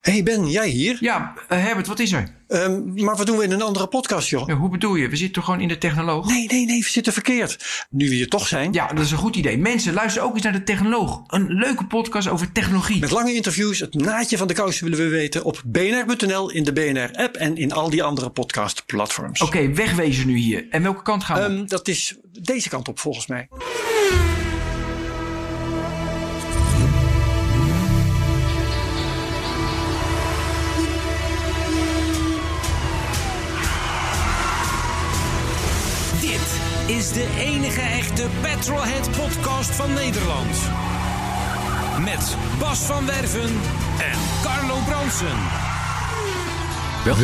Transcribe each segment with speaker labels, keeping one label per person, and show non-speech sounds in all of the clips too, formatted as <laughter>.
Speaker 1: hey Ben, jij hier?
Speaker 2: Ja, eh, Herbert, wat is er?
Speaker 1: Ehm, maar wat doen we in een andere podcast, joh?
Speaker 2: Ja, hoe bedoel je? We zitten toch gewoon in de technoloog?
Speaker 1: Nee, nee, nee, we zitten verkeerd. Nu we hier toch zijn.
Speaker 2: Ja, dat is een goed idee. Mensen, luister ook eens naar de technoloog. Een leuke podcast over technologie.
Speaker 1: Met lange interviews, het naadje van de kous willen we weten op bnr.nl, in de BNR-app en in al die andere podcastplatforms.
Speaker 2: Oké, wegwezen nu hier. En welke kant gaan we?
Speaker 1: Ehm, dat is deze kant op volgens mij.
Speaker 3: Dit is de enige echte Petrolhead podcast van Nederland. Met Bas van Werven en Carlo Bronsen.
Speaker 4: Wel?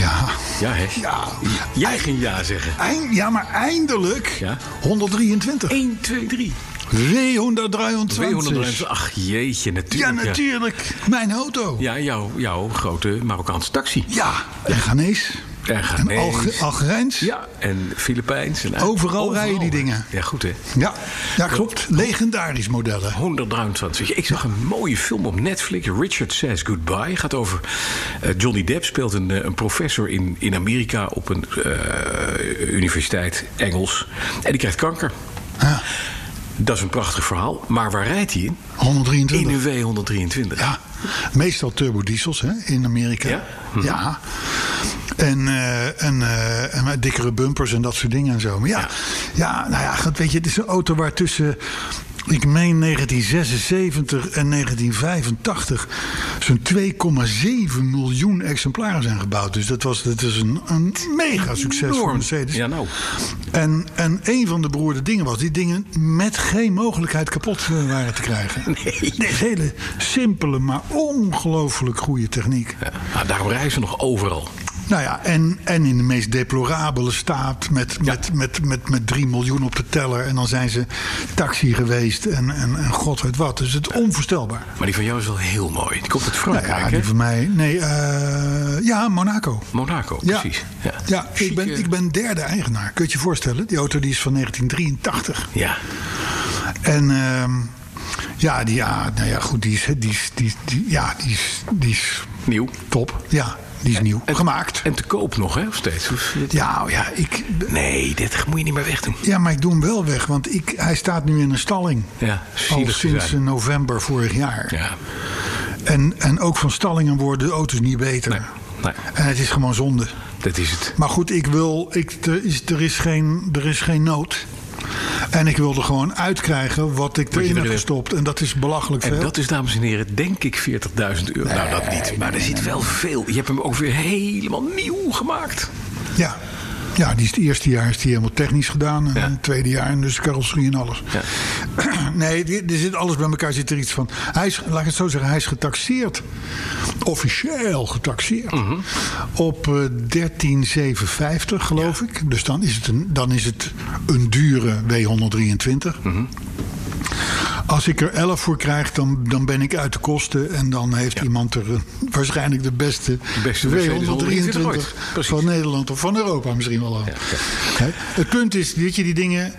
Speaker 5: Ja,
Speaker 4: Ja, hè?
Speaker 5: ja.
Speaker 4: Jij ging ja zeggen.
Speaker 5: Eind, ja, maar eindelijk
Speaker 4: Ja.
Speaker 5: 123.
Speaker 4: 1, 2, 3.
Speaker 5: 223.
Speaker 4: Ach, jeetje,
Speaker 5: Ja,
Speaker 4: natuurlijk.
Speaker 5: natuurlijk. Mijn auto.
Speaker 4: Ja, jouw, jouw grote Marokkaanse taxi.
Speaker 5: Ja, en Ghanese.
Speaker 4: En
Speaker 5: En
Speaker 4: Ghanese.
Speaker 5: Alge- Algerijns.
Speaker 4: Ja, en Filipijns. En
Speaker 5: Overal rijden die dingen.
Speaker 4: Ja, goed hè.
Speaker 5: Ja, ja, klopt. Legendarisch modellen.
Speaker 4: 123. Ik zag een mooie film op Netflix. Richard Says Goodbye. Gaat over. eh, Johnny Depp speelt een, eh, een professor in, in Amerika op een eh, universiteit, Engels. En die krijgt kanker.
Speaker 5: Ja,
Speaker 4: Dat is een prachtig verhaal. Maar waar rijdt hij in? In
Speaker 5: 123.
Speaker 4: een W123.
Speaker 5: Ja, meestal turbodiesels hè, in Amerika.
Speaker 4: Ja? Hm.
Speaker 5: Ja. En, eh, en, eh, en met dikkere bumpers en dat soort dingen en zo. Maar ja, ja. nou ja, goed, weet je, het is een auto waar tussen, ik meen 1976 en 1985 zo'n 2,7 miljoen exemplaren zijn gebouwd. Dus dat was, dat is een, een mega succes voor
Speaker 4: Enorm.
Speaker 5: Mercedes.
Speaker 4: Ja, nou.
Speaker 5: En, en een van de beroerde dingen was... die dingen met geen mogelijkheid kapot eh, waren te krijgen. <laughs> Nee. hele simpele, maar ongelooflijk goede techniek.
Speaker 4: Ja, maar Eh, nou, daarom rijden ze nog overal.
Speaker 5: Nou ja, en, en in de meest deplorabele staat... Met, met, met, met, met 3 miljoen op de teller. En dan zijn ze taxi geweest en, en, en god weet wat. Dus het onvoorstelbaar.
Speaker 4: Maar die van jou is wel heel mooi. Die komt uit
Speaker 5: Nou
Speaker 4: Frankrijk,
Speaker 5: ja,
Speaker 4: hè?
Speaker 5: die van mij... Nee, eh, ja, Monaco.
Speaker 4: Monaco,
Speaker 5: Ja,
Speaker 4: precies.
Speaker 5: ja. ik,
Speaker 4: Chique-
Speaker 5: ben, ik ben derde eigenaar. Kun je het je voorstellen? Die auto die is van 1983.
Speaker 4: Ja.
Speaker 5: En ehm, ja, die, ja, nou ja, goed, die is, die is, die is- die, ja, die is, die is
Speaker 4: Nieuw.
Speaker 5: top. Ja, die is nieuw.
Speaker 4: En-
Speaker 5: Gemaakt.
Speaker 4: En te koop nog, hè? Of steeds? Of-
Speaker 5: Ja, oh ja, ik,
Speaker 4: Nee, dit moet je niet meer wegdoen.
Speaker 5: ja, maar ik doe hem wel weg, want ik, hij staat nu in een stalling.
Speaker 4: Ja,
Speaker 5: Al
Speaker 4: zielig te
Speaker 5: sinds
Speaker 4: zijn.
Speaker 5: eh, november vorig jaar.
Speaker 4: Ja.
Speaker 5: En, en ook van stallingen worden de auto's niet beter.
Speaker 4: Nee, nee.
Speaker 5: En het is gewoon zonde.
Speaker 4: Dat Nou, is het.
Speaker 5: Maar goed, ik wil, ik, er, is, er, is geen, er is geen nood. En ik wil er gewoon uitkrijgen wat ik
Speaker 4: je
Speaker 5: erin heb
Speaker 4: erin hebt.
Speaker 5: gestopt. En dat is belachelijk
Speaker 4: En
Speaker 5: veel.
Speaker 4: dat is, dames en heren, denk ik 40.000 euro. nou, dat niet. Maar er zit wel veel. Je hebt hem ook weer helemaal nieuw gemaakt.
Speaker 5: Ja. Ja, die is het eerste jaar is die helemaal technisch gedaan. En
Speaker 4: Ja.
Speaker 5: het tweede jaar, dus carrosserie en alles.
Speaker 4: Ja.
Speaker 5: <clears throat> Nee, die- er zit alles bij elkaar zit er iets van. Hij is, laat ik het zo zeggen, hij is getaxeerd. Officieel getaxeerd.
Speaker 4: Mhm.
Speaker 5: Op eh, 13,750 geloof ik. Dus dan is, het een, dan is het een dure W123.
Speaker 4: Mhm.
Speaker 5: Als ik er 11 voor krijg, dan, dan ben ik uit de kosten. En dan heeft iemand er eh, waarschijnlijk de beste,
Speaker 4: beste Mercedes 123 ooit.
Speaker 5: W123
Speaker 4: Precies.
Speaker 5: van Nederland of van Europa misschien wel aan. Hè? Het punt is, weet je, die dingen.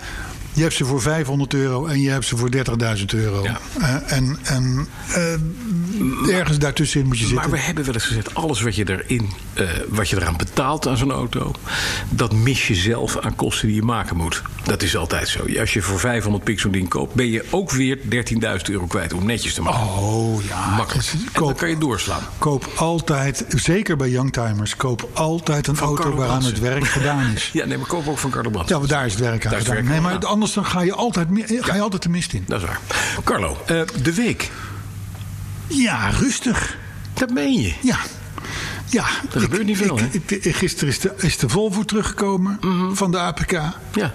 Speaker 5: Je hebt ze voor 500 euro en je hebt ze voor 30.000 euro.
Speaker 4: Ja.
Speaker 5: Eh, en en eh, ergens daartussenin moet je
Speaker 4: Maar
Speaker 5: zitten.
Speaker 4: we hebben wel eens gezegd, alles wat je, erin, eh, wat je eraan betaalt aan zo'n auto... dat mis je zelf aan kosten die je maken moet. Dat is altijd zo. Als je voor 500 pik zo'n ding koopt... ben je ook weer 13.000 euro kwijt om netjes te maken.
Speaker 5: Oh ja,
Speaker 4: Makkelijk.
Speaker 5: het is-
Speaker 4: En dan
Speaker 5: koop,
Speaker 4: kan je doorslaan.
Speaker 5: koop altijd, zeker bij youngtimers, koop altijd een auto
Speaker 4: Carlo
Speaker 5: waaraan het
Speaker 4: Bransen.
Speaker 5: werk gedaan is.
Speaker 4: <laughs> Ja, nee, maar koop ook van Carlo Brandt.
Speaker 5: Ja, maar daar is het werk aan.
Speaker 4: Daar is
Speaker 5: gedaan.
Speaker 4: het werk
Speaker 5: nee,
Speaker 4: aan
Speaker 5: maar
Speaker 4: gedaan.
Speaker 5: anders dan ga je altijd, mi- ga je altijd de mist in.
Speaker 4: Dat is waar. Carlo, eh, de week.
Speaker 5: Ja, rustig.
Speaker 4: Dat meen je.
Speaker 5: Ja. Ja,
Speaker 4: Er gebeurt niet veel, Mhm.
Speaker 5: ik- ik- ik- gisteren is de, is de Volvo teruggekomen van de APK.
Speaker 4: Ja.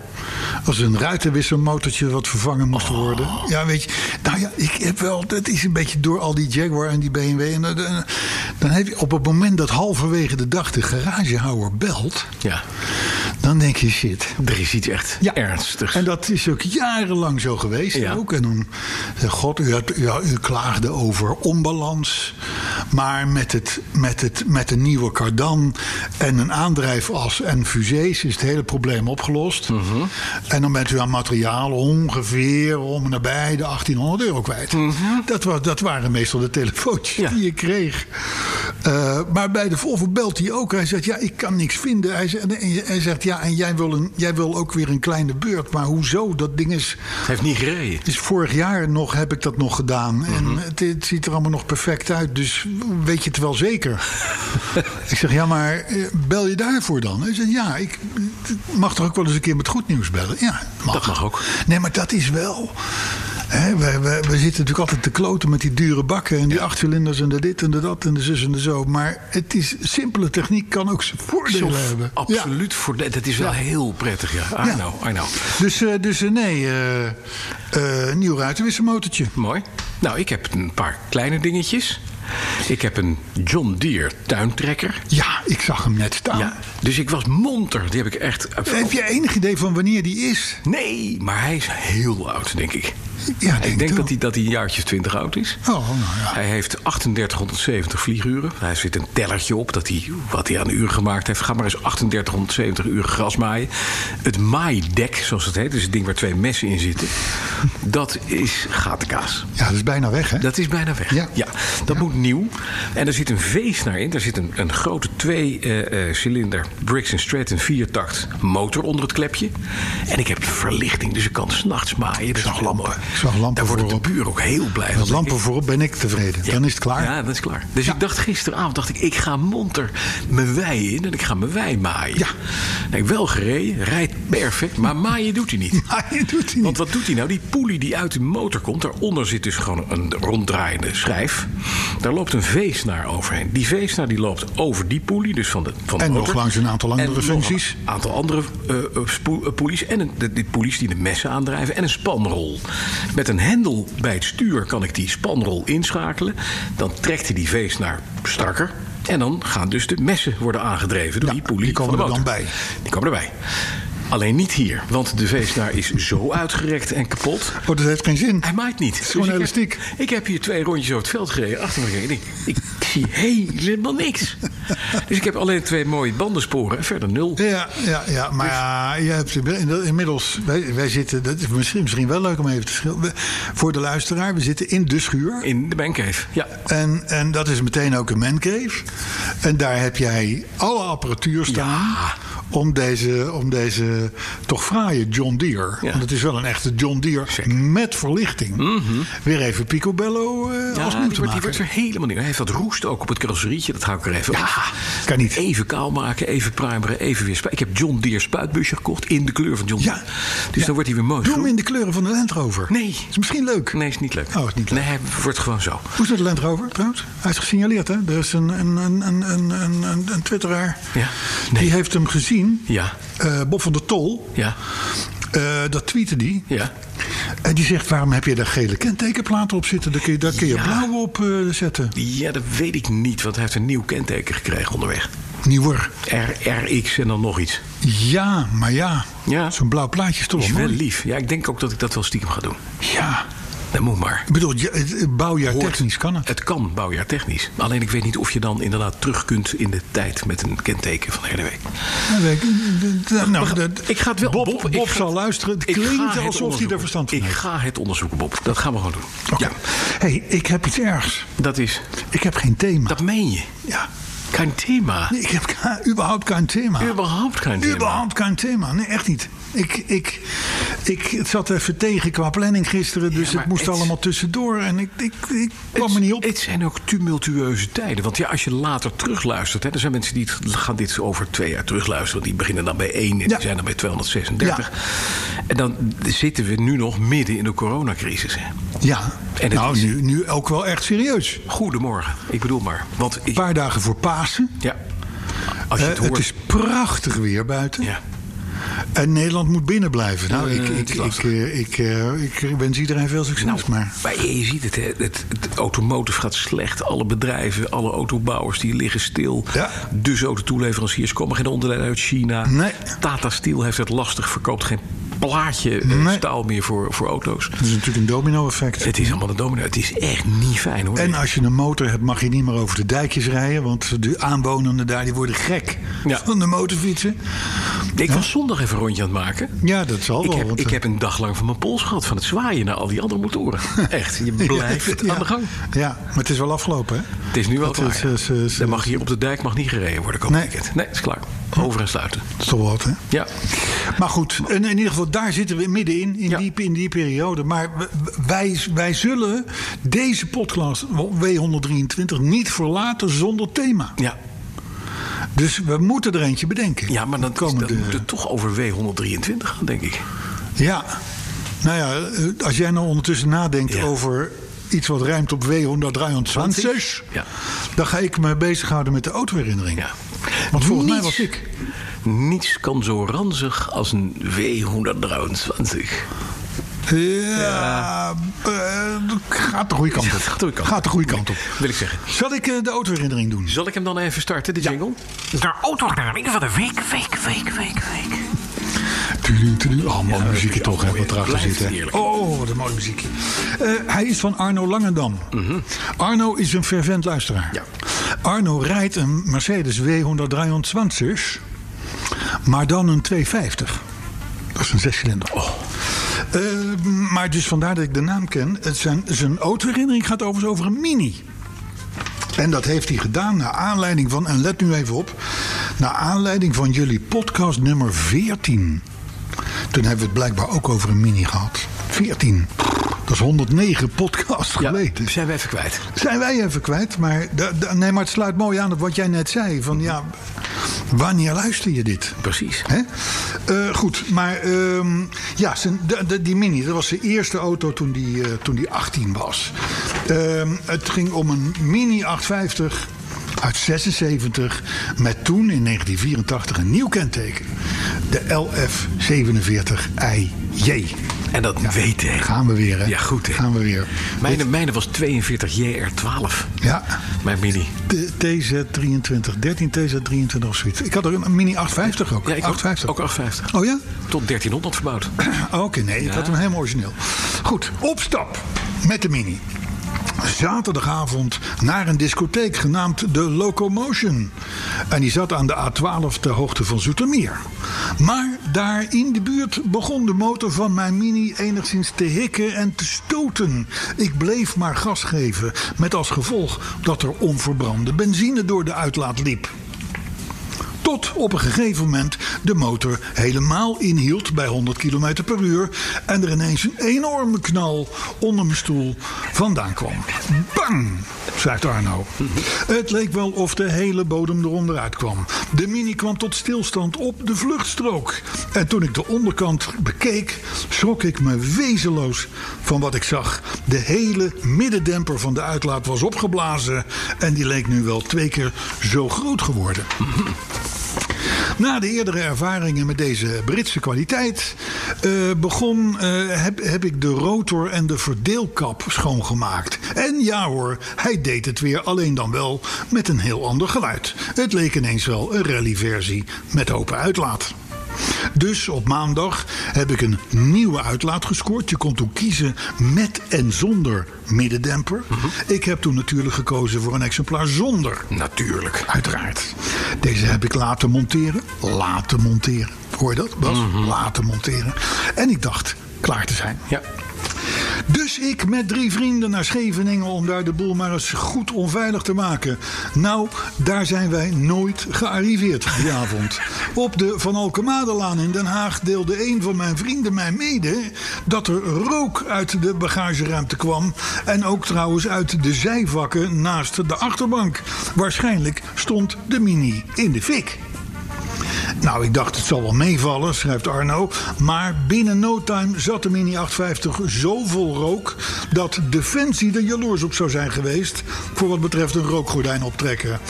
Speaker 5: was een ruitenwisselmotortje wat vervangen
Speaker 4: Oh.
Speaker 5: moest worden. Ja, weet je. Nou ja, ik heb wel. Het is een beetje door al die Jaguar en die BMW. En, dat- en- dan heb je op het moment dat halverwege de dag de garagehouwer belt.
Speaker 4: Ja.
Speaker 5: Dan denk je shit.
Speaker 4: Er is iets echt ernstigs.
Speaker 5: En dat is ook jarenlang zo geweest.
Speaker 4: Ja.
Speaker 5: Ook. En dan, eh, God, u, had- u, u klaagde over onbalans. Maar met, het, met, het, met een nieuwe kardan en een aandrijfas en fusées is het hele probleem opgelost. En dan bent u aan materiaal ongeveer om en nabij de 1800 euro kwijt. dat, wa, dat waren meestal de telefoontjes
Speaker 4: Ja.
Speaker 5: die je kreeg. Eh, maar bij de Volvo belt hij ook. Hij zegt, ja, ik kan niks vinden. Hij zegt, en hij zegt ja, en jij wil, een, jij wil ook weer een kleine beurt. Maar hoezo? Dat ding is...
Speaker 4: Het heeft niet gereden.
Speaker 5: Dus vorig jaar nog heb ik dat nog gedaan.
Speaker 4: Mhm.
Speaker 5: En het, het ziet er allemaal nog perfect uit. Dus weet je het wel
Speaker 4: <laughs>
Speaker 5: zeker? ik zeg, ja, maar eh, bel je daarvoor dan? Hij zegt, ja, ik ik mag toch ook wel eens een keer met goed nieuws bellen? Ja,
Speaker 4: Dat mag ook.
Speaker 5: Nee, maar dat is wel... Hè, we, we, we zitten natuurlijk altijd te kloten met die dure bakken... en die achtcilinders en de dit en de dat en de zus en de zo. Maar het is simpele techniek kan ook zijn voordelen
Speaker 4: Zof,
Speaker 5: hebben. Ja.
Speaker 4: Absoluut. Voor, dat is wel heel prettig, ja. I
Speaker 5: Ja.
Speaker 4: know, I know.
Speaker 5: Dus, eh, dus eh, nee, eh, eh, nieuw ruitenwisselmotortje.
Speaker 4: Mooi. Nou, ik heb een paar kleine dingetjes. Ik heb een John Deere tuintrekker.
Speaker 5: Ja, ik zag hem net staan.
Speaker 4: Ja, dus ik was monter. Die heb ik echt...
Speaker 5: Oh.
Speaker 4: eh,
Speaker 5: Heb je enig idee van wanneer die is?
Speaker 4: Nee, maar hij is heel oud, denk ik.
Speaker 5: Ja,
Speaker 4: ik denk
Speaker 5: het
Speaker 4: dat
Speaker 5: wel.
Speaker 4: hij, dat hij een jaartje of twintig oud is.
Speaker 5: Oh, nou ja.
Speaker 4: Hij heeft 3870 vlieguren. Hij zit een tellertje op dat hij, wat hij aan de uur gemaakt heeft. Ga maar eens 3870 uur gras maaien. Het maaidek, zoals het heet, dus het ding waar twee messen in
Speaker 5: <laughs>
Speaker 4: zitten. Dat is gatenkaas.
Speaker 5: Ja, dat is bijna weg, hè?
Speaker 4: Dat is bijna weg.
Speaker 5: Ja.
Speaker 4: dat moet nieuw. En er zit een veesnaar in. Daar zit een, een grote twee-cilinder Briggs Stratton viertakt motor onder het klepje. En ik heb verlichting, dus ik kan s'nachts maaien. Dat is
Speaker 5: zag
Speaker 4: allemaal-
Speaker 5: lampen. Ik zag lampen
Speaker 4: Daar worden de
Speaker 5: voorop.
Speaker 4: buren ook heel blij van.
Speaker 5: Met
Speaker 4: denk ik.
Speaker 5: lampen voorop ben ik tevreden. Dan is het klaar.
Speaker 4: Ja, dat is klaar. Dus ik dacht gisteravond, dacht ik, ik ga monter mijn wei in en ik ga mijn wei maaien.
Speaker 5: Ja.
Speaker 4: Nou, ik wel gereden, rijdt perfect, maar maaien doet hij
Speaker 5: <laughs>
Speaker 4: niet.
Speaker 5: Maar je doet hij niet.
Speaker 4: Want wat doet hij nou? Die poelie die uit de motor komt, daaronder zit dus gewoon een ronddraaiende schijf. Daar loopt een veesnaar overheen. Die veesnaar die loopt over die poelie, dus van de, van de
Speaker 5: En nog
Speaker 4: motor.
Speaker 5: langs een aantal andere
Speaker 4: En nog
Speaker 5: functies.
Speaker 4: Een aantal andere eh, eh, spoe- eh, poelies. En een, de, de poelies die de messen aandrijven. En een spanrol. Met een hendel bij het stuur kan ik die spanrol inschakelen. Dan trekt hij die veesnaar strakker. En dan gaan dus de messen worden aangedreven door
Speaker 5: Ja,
Speaker 4: die poelie
Speaker 5: die komen
Speaker 4: van de
Speaker 5: er dan
Speaker 4: motor.
Speaker 5: bij.
Speaker 4: Die komen erbij. Alleen niet hier, want de veesnaar is zo uitgerekt en kapot.
Speaker 5: Oh, dat heeft geen zin.
Speaker 4: Hij maait niet. Het
Speaker 5: gewoon
Speaker 4: ik,
Speaker 5: elastiek.
Speaker 4: heb, ik heb hier twee rondjes over het veld gereden. Achter me gereden. Ik, ik zie helemaal
Speaker 5: <laughs>
Speaker 4: niks. Dus ik heb alleen twee mooie bandensporen. en Verder nul.
Speaker 5: Ja, ja, ja, maar ja,
Speaker 4: Dus-
Speaker 5: je hebt in- inmiddels, wij, wij zitten, dat is misschien, misschien wel leuk om even te schilderen. Voor de luisteraar, we zitten in de schuur.
Speaker 4: In de bankcave. Ja.
Speaker 5: En, en dat is meteen ook een mancave. En daar heb jij alle apparatuur staan. Om deze, om deze toch fraaie John Deere.
Speaker 4: Ja.
Speaker 5: Want het is wel een echte John Deere.
Speaker 4: Zeker. Mhm.
Speaker 5: Met verlichting. Weer even Picobello eh
Speaker 4: Ja,
Speaker 5: als nieuw
Speaker 4: die,
Speaker 5: te
Speaker 4: wordt, die
Speaker 5: maken.
Speaker 4: wordt weer helemaal nieuw. Hij heeft dat roest ook op het carrosserietje. Dat hou ik er even ja,
Speaker 5: kan niet.
Speaker 4: Even kaal maken, even primeren, even weer spuiten. Ik heb John Deere spuitbusje gekocht in de kleur van John
Speaker 5: Ja.
Speaker 4: Deere. Dus dan wordt hij weer mooi.
Speaker 5: Doe hem
Speaker 4: groen.
Speaker 5: in de kleuren van de Land Rover.
Speaker 4: Nee.
Speaker 5: Is misschien leuk.
Speaker 4: Nee, is niet leuk.
Speaker 5: Oh, is niet leuk.
Speaker 4: Nee, hij wordt gewoon zo.
Speaker 5: Hoe is het Land Rover trouwens? Hij is gesignaleerd, hè? Er is een, een, een, een, een, een, een- een twitteraar.
Speaker 4: Ja. Nee.
Speaker 5: Die heeft hem gezien.
Speaker 4: Ja.
Speaker 5: Eh, Bob van der Tol.
Speaker 4: Ja.
Speaker 5: Eh, dat tweette die.
Speaker 4: Ja.
Speaker 5: En die zegt, waarom heb je daar gele kentekenplaten op zitten? Daar kun je, daar kun je
Speaker 4: Ja.
Speaker 5: blauw op eh, zetten.
Speaker 4: Ja, dat weet ik niet, want hij heeft een nieuw kenteken gekregen onderweg.
Speaker 5: Nieuwer.
Speaker 4: R, RX en dan nog iets.
Speaker 5: Ja, maar ja.
Speaker 4: Ja.
Speaker 5: Zo'n blauw plaatje is toch
Speaker 4: Is
Speaker 5: wel
Speaker 4: wel
Speaker 5: mooi.
Speaker 4: lief. Ja, ik denk ook dat ik dat wel stiekem ga doen.
Speaker 5: Ja.
Speaker 4: Dat moet maar.
Speaker 5: Ik bedoel, ja, het- het bouwjaar
Speaker 4: Hoort.
Speaker 5: technisch kan het.
Speaker 4: Het kan bouwjaartechnisch. Alleen ik weet niet of je dan inderdaad terug kunt in de tijd met een kenteken van de hele week.
Speaker 5: Nou, weet ik, d- d- nou, dat-
Speaker 4: Ik ga het wel.
Speaker 5: Bob,
Speaker 4: ik
Speaker 5: Bob
Speaker 4: ga-
Speaker 5: zal luisteren. Het
Speaker 4: ik ga
Speaker 5: klinkt
Speaker 4: het
Speaker 5: alsof hij
Speaker 4: onderzoeken.
Speaker 5: er verstand van
Speaker 4: Ik
Speaker 5: heeft.
Speaker 4: ga het onderzoeken, Bob. Dat gaan we gewoon doen.
Speaker 5: Oké.
Speaker 4: Ja,
Speaker 5: hey, ik heb iets ergs.
Speaker 4: dat is.
Speaker 5: Ik heb geen thema.
Speaker 4: Dat meen je.
Speaker 5: Ja.
Speaker 4: Geen thema.
Speaker 5: Nee, ik heb ka- überhaupt geen thema.
Speaker 4: Überhaupt geen thema.
Speaker 5: Überhaupt geen thema. Nee, echt niet. Ik, ik, ik, het zat even tegen qua planning gisteren. Dus
Speaker 4: maar
Speaker 5: het moest
Speaker 4: het-
Speaker 5: allemaal tussendoor. En ik, ik, ik kwam er
Speaker 4: Het-
Speaker 5: niet op.
Speaker 4: Het zijn ook tumultueuze tijden. Want ja, als je later terugluistert... Hè, er zijn mensen die het- gaan dit over twee jaar terugluisteren. Want die beginnen dan bij één en
Speaker 5: Ja.
Speaker 4: die zijn dan bij 236. En dan zitten we nu nog midden in de coronacrisis. Hè.
Speaker 5: Ja,
Speaker 4: En het
Speaker 5: nou,
Speaker 4: is-
Speaker 5: nu, nu ook wel echt serieus. Een
Speaker 4: Goedemorgen, ik bedoel maar. Want ik,
Speaker 5: paar dagen voor Pasen.
Speaker 4: ja, als je
Speaker 5: Eh,
Speaker 4: het
Speaker 5: het,
Speaker 4: hoort...
Speaker 5: is prachtig weer buiten.
Speaker 4: ja,
Speaker 5: En Nederland moet binnen blijven. Nou,
Speaker 4: Eh,
Speaker 5: ik,
Speaker 4: het
Speaker 5: ik,
Speaker 4: is
Speaker 5: ik,
Speaker 4: lastig. Nou.
Speaker 5: eh, ik, eh, ik wens iedereen veel succes. maar
Speaker 4: Maar je ziet het, hè. Het, het automotive gaat slecht. Alle bedrijven, alle autobouwers die liggen stil.
Speaker 5: Ja.
Speaker 4: Dus ook de toeleveranciers komen geen onderdelen uit China.
Speaker 5: Nee.
Speaker 4: Tata Steel heeft het lastig, verkoopt geen plaatje eh,
Speaker 5: Nee. Dus-
Speaker 4: staal meer voor, voor auto's.
Speaker 5: het is natuurlijk een domino-effect.
Speaker 4: Het is allemaal een domino. Het is echt niet fijn hoor.
Speaker 5: En als je een motor hebt, mag je niet meer over de dijkjes rijden. Want de aanwonenden daar die worden gek
Speaker 4: Ja.
Speaker 5: van de motorfietsen.
Speaker 4: ik was zondag even een rondje aan het maken.
Speaker 5: Ja, dat zal
Speaker 4: Ik
Speaker 5: wel.
Speaker 4: heb,
Speaker 5: want,
Speaker 4: ik
Speaker 5: eh,
Speaker 4: heb een dag lang van mijn pols gehad. Van het zwaaien naar al die andere
Speaker 5: <laughs>
Speaker 4: motoren. Echt, je blijft
Speaker 5: ja.
Speaker 4: aan de gang.
Speaker 5: Ja, maar het is wel afgelopen, hè?
Speaker 4: Het is nu wel
Speaker 5: Dat is- eh,
Speaker 4: klaar.
Speaker 5: is- is-
Speaker 4: Dan mag hier op de dijk mag niet gereden worden komend
Speaker 5: Nee.
Speaker 4: weekend. Nee, het is klaar. Over en sluiten.
Speaker 5: Dat is toch wat, hè?
Speaker 4: Ja.
Speaker 5: Maar goed, in, in ieder geval, daar zitten we middenin, in,
Speaker 4: Ja.
Speaker 5: die, in die periode. Maar w- w- wij, wij zullen deze podcast W123 niet verlaten zonder thema.
Speaker 4: Ja.
Speaker 5: Dus we moeten er eentje bedenken.
Speaker 4: ja, maar dan, is, dan
Speaker 5: Komende-
Speaker 4: moet het toch over W123 gaan, denk ik.
Speaker 5: Ja, nou ja, eh, als jij nou ondertussen nadenkt
Speaker 4: Ja.
Speaker 5: over iets wat ruimt op W123...
Speaker 4: Ja.
Speaker 5: dan ga ik me bezighouden met de autoherinnering.
Speaker 4: Ja.
Speaker 5: Want volgens mij
Speaker 4: Niets-
Speaker 5: was ik...
Speaker 4: Niets kan zo ranzig als een W123.
Speaker 5: Ja, eh, gaat de goede kant op.
Speaker 4: Ja, gaat de goede kant
Speaker 5: Gaat
Speaker 4: op.
Speaker 5: de goede kant op.
Speaker 4: Wil ik zeggen.
Speaker 5: Zal ik eh, de autoherinnering doen?
Speaker 4: Zal ik hem dan even starten, de jingle?
Speaker 2: De autoherinnering van de week, week, week, week, week.
Speaker 5: Tudu, tudu. Oh, mooie muziekje toch, hè, wat erachter zit.
Speaker 4: blijft
Speaker 5: Hè.
Speaker 4: heerlijk.
Speaker 5: Oh, wat een mooi muziekje. Eh, hij is van Arno Langendam. Arno is een fervent luisteraar.
Speaker 4: Mhm. Ja.
Speaker 5: Arno rijdt een Mercedes W123, maar dan een 250. Dat is een zescilinder. Oh. maar dus vandaar dat ik de naam ken. Het zijn, zijn autoherinnering gaat overigens over een Mini. En dat heeft hij gedaan naar aanleiding van, en let nu even op, naar aanleiding van jullie podcast nummer 14. Toen hebben we het blijkbaar ook over een mini gehad. 14. Dat is 109 podcasts geleden.
Speaker 4: zijn we even kwijt.
Speaker 5: Zijn wij even kwijt, maar, da- da- nee, maar het sluit mooi aan op wat jij net zei. Van ja, wanneer luister je dit?
Speaker 4: Precies.
Speaker 5: Hè? Eh, goed, maar ehm, ja, zijn, de- de- die Mini, dat was zijn eerste auto toen die, eh, toen die 18 was. Ehm, het ging om een Mini 850 uit 76 met toen in 1984 een nieuw kenteken. De LF47IJ.
Speaker 4: En dat weet hij.
Speaker 5: Gaan we weer, hè?
Speaker 4: Ja, goed, hè?
Speaker 5: Gaan we weer.
Speaker 4: Mijne, mijne was 42 JR12.
Speaker 5: Ja,
Speaker 4: Mijn mini.
Speaker 5: de TZ23, 13 TZ23 of zoiets. Ik had er een Mini 850 ook.
Speaker 4: Ja, ik ook.
Speaker 5: 850.
Speaker 4: Ook 850.
Speaker 5: Oh ja?
Speaker 4: Tot 1300 verbouwd.
Speaker 5: <clears throat> Oké, nee, ik had hem helemaal origineel. Goed, opstap met de Mini. Zaterdagavond naar een discotheek genaamd de Locomotion. En die zat aan de A12 ter hoogte van Zoetermeer. Maar daar in de buurt begon de motor van mijn Mini enigszins te hikken en te stoten. Ik bleef maar gas geven, met als gevolg dat er onverbrande benzine door de uitlaat liep. Tot op een gegeven moment de motor helemaal inhield bij 100 km per uur. En er ineens een enorme knal onder mijn stoel vandaan kwam. Bang, schrijft Arno. Het leek wel of de hele bodem eronder uitkwam. De mini kwam tot stilstand op de vluchtstrook. En toen ik de onderkant bekeek, schrok ik me wezenloos van wat ik zag. De hele middendemper van de uitlaat was opgeblazen. En die leek nu wel twee keer zo groot geworden. Na de eerdere ervaringen met deze Britse kwaliteit eh, begon, eh, heb, heb ik de rotor en de verdeelkap schoongemaakt. En ja hoor, hij deed het weer, alleen dan wel met een heel ander geluid. Het leek ineens wel een rallyversie met open uitlaat. Dus op maandag heb ik een nieuwe uitlaat gescoord. Je kon toen kiezen met en zonder middendemper. Ik heb toen natuurlijk gekozen voor een exemplaar zonder.
Speaker 4: Natuurlijk.
Speaker 5: Uiteraard. Deze heb ik laten monteren. Laten monteren. Hoor je dat, Bas? Laten monteren. En ik dacht klaar te zijn.
Speaker 4: Ja.
Speaker 5: Dus ik met drie vrienden naar Scheveningen om daar de boel maar eens goed onveilig te maken. Nou, daar zijn wij nooit gearriveerd die avond. Op de Van Alkemadelaan in Den Haag deelde een van mijn vrienden mij mede dat er rook uit de bagageruimte kwam. En ook trouwens uit de zijvakken naast de achterbank. Waarschijnlijk stond de Mini in de fik. Nou, ik dacht het zal wel meevallen, schrijft Arno. Maar binnen no time zat de Mini 850 zo vol rook... dat Defensie er jaloers op zou zijn geweest... voor wat betreft een rookgordijn optrekken.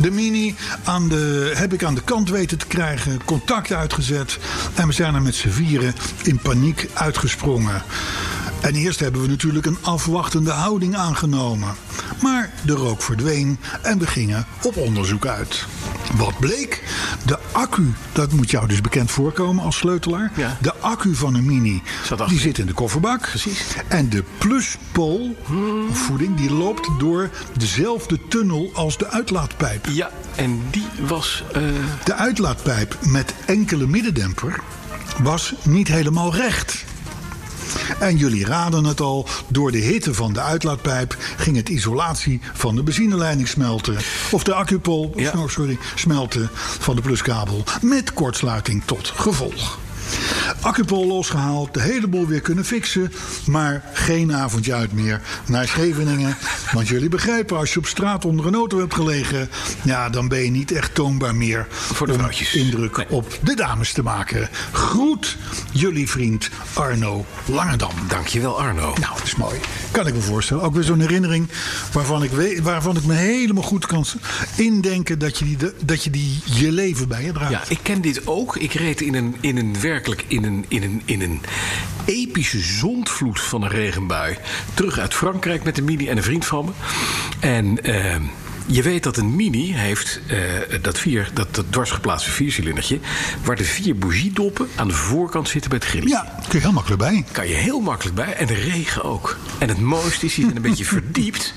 Speaker 5: De Mini aan de, heb ik aan de kant weten te krijgen, contact uitgezet. En we zijn er met z'n vieren in paniek uitgesprongen. En eerst hebben we natuurlijk een afwachtende houding aangenomen. Maar de rook verdween en we gingen op onderzoek uit. Wat bleek? De accu, dat moet jou dus bekend voorkomen als sleutelaar.
Speaker 4: Ja.
Speaker 5: De accu van een Mini,
Speaker 4: Zat achter.
Speaker 5: die zit in de kofferbak.
Speaker 4: Precies. Hmm.
Speaker 5: En de pluspol, of voeding, die loopt door dezelfde tunnel als de uitlaatpijp.
Speaker 4: Ja, en die was. eh,
Speaker 5: De uitlaatpijp met enkele middendemper was niet helemaal recht. En jullie raden het al, door de hitte van de uitlaatpijp ging het isolatie van de benzineleiding smelten. Of de accupol,
Speaker 4: Ja.
Speaker 5: oh, sorry, smelten van de pluskabel. Met kortsluiting tot gevolg. Accupol losgehaald, de hele boel weer kunnen fixen. Maar geen avondje uit meer naar Scheveningen. Want jullie begrijpen, als je op straat onder een auto hebt gelegen. ja, dan ben je niet echt toonbaar meer.
Speaker 4: Voor de
Speaker 5: om
Speaker 4: vrouwtjes.
Speaker 5: indruk
Speaker 4: Nee.
Speaker 5: op de dames te maken. Groet jullie vriend Arno Langendam.
Speaker 4: dankjewel, Arno.
Speaker 5: Nou, dat is mooi. Kan ik me voorstellen. Ook weer zo'n herinnering waarvan ik, weet, waarvan ik me helemaal goed kan indenken dat je die, dat je, die je leven bij je draagt.
Speaker 4: Ja, ik ken dit ook. Ik reed in een, in een werkelijk in een, in, een, in een epische zondvloed van een regenbui. Terug uit Frankrijk met de Mini en een vriend van me. En eh, je weet dat een Mini heeft eh, dat, vier, dat, dat dwarsgeplaatste viercilindertje... waar de vier bougiedoppen aan de voorkant zitten bij het grilletje.
Speaker 5: Ja, kun je heel makkelijk bij.
Speaker 4: Kan je heel makkelijk bij. En de regen ook. En het mooiste is, die zijn een beetje verdiept.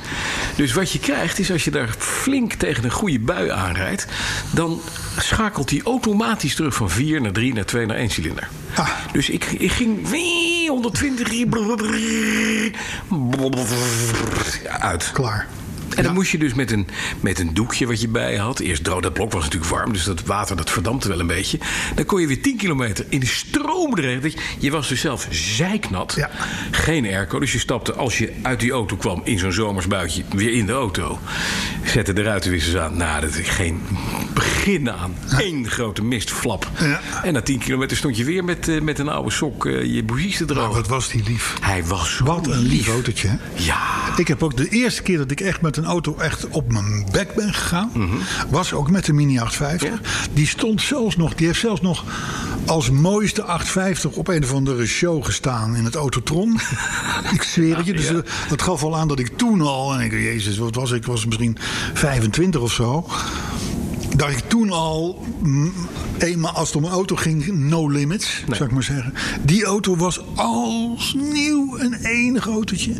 Speaker 4: Dus wat je krijgt is als je daar flink tegen een goede bui aanrijdt... dan schakelt die automatisch terug van 4 naar 3 naar 2 naar 1 cilinder.
Speaker 5: Ah.
Speaker 4: Dus ik, ik ging 120 uit.
Speaker 5: Klaar.
Speaker 4: En dan moest je dus met een, met een doekje wat je bij je had. Eerst droog, dat blok was natuurlijk warm, dus dat water dat verdampte wel een beetje. Dan kon je weer 10 kilometer in de stroomdreiging. Je, je was dus zelf zeiknat.
Speaker 5: Ja.
Speaker 4: Geen airco. Dus je stapte als je uit die auto kwam in zo'n zomersbuitje weer in de auto. Zette de ruitenwissers aan. Nou, dat is geen begin aan. Eén grote mistflap.
Speaker 5: Ja.
Speaker 4: En na 10 kilometer stond je weer met, eh, met een oude sok eh, je bougies te drogen.
Speaker 5: Maar wat was die lief.
Speaker 4: Hij was zo
Speaker 5: Wat een lief autootje. hè?
Speaker 4: Ja.
Speaker 5: Ik heb ook de eerste keer dat ik echt met een auto echt op mijn bek ben gegaan. Was ook met de Mini 850. Die stond zelfs nog, die heeft zelfs nog als mooiste 850 op een of andere show gestaan in het Autotron. <laughs> ik zweer het je. Dus eh, dat gaf al aan dat ik toen al, en ik, jezus, wat was ik? Ik was misschien 25 of zo. Dat ik toen al, mm, eenmaal als het om een auto ging, no limits, zou ik maar zeggen. Die auto was als nieuw een enig autootje.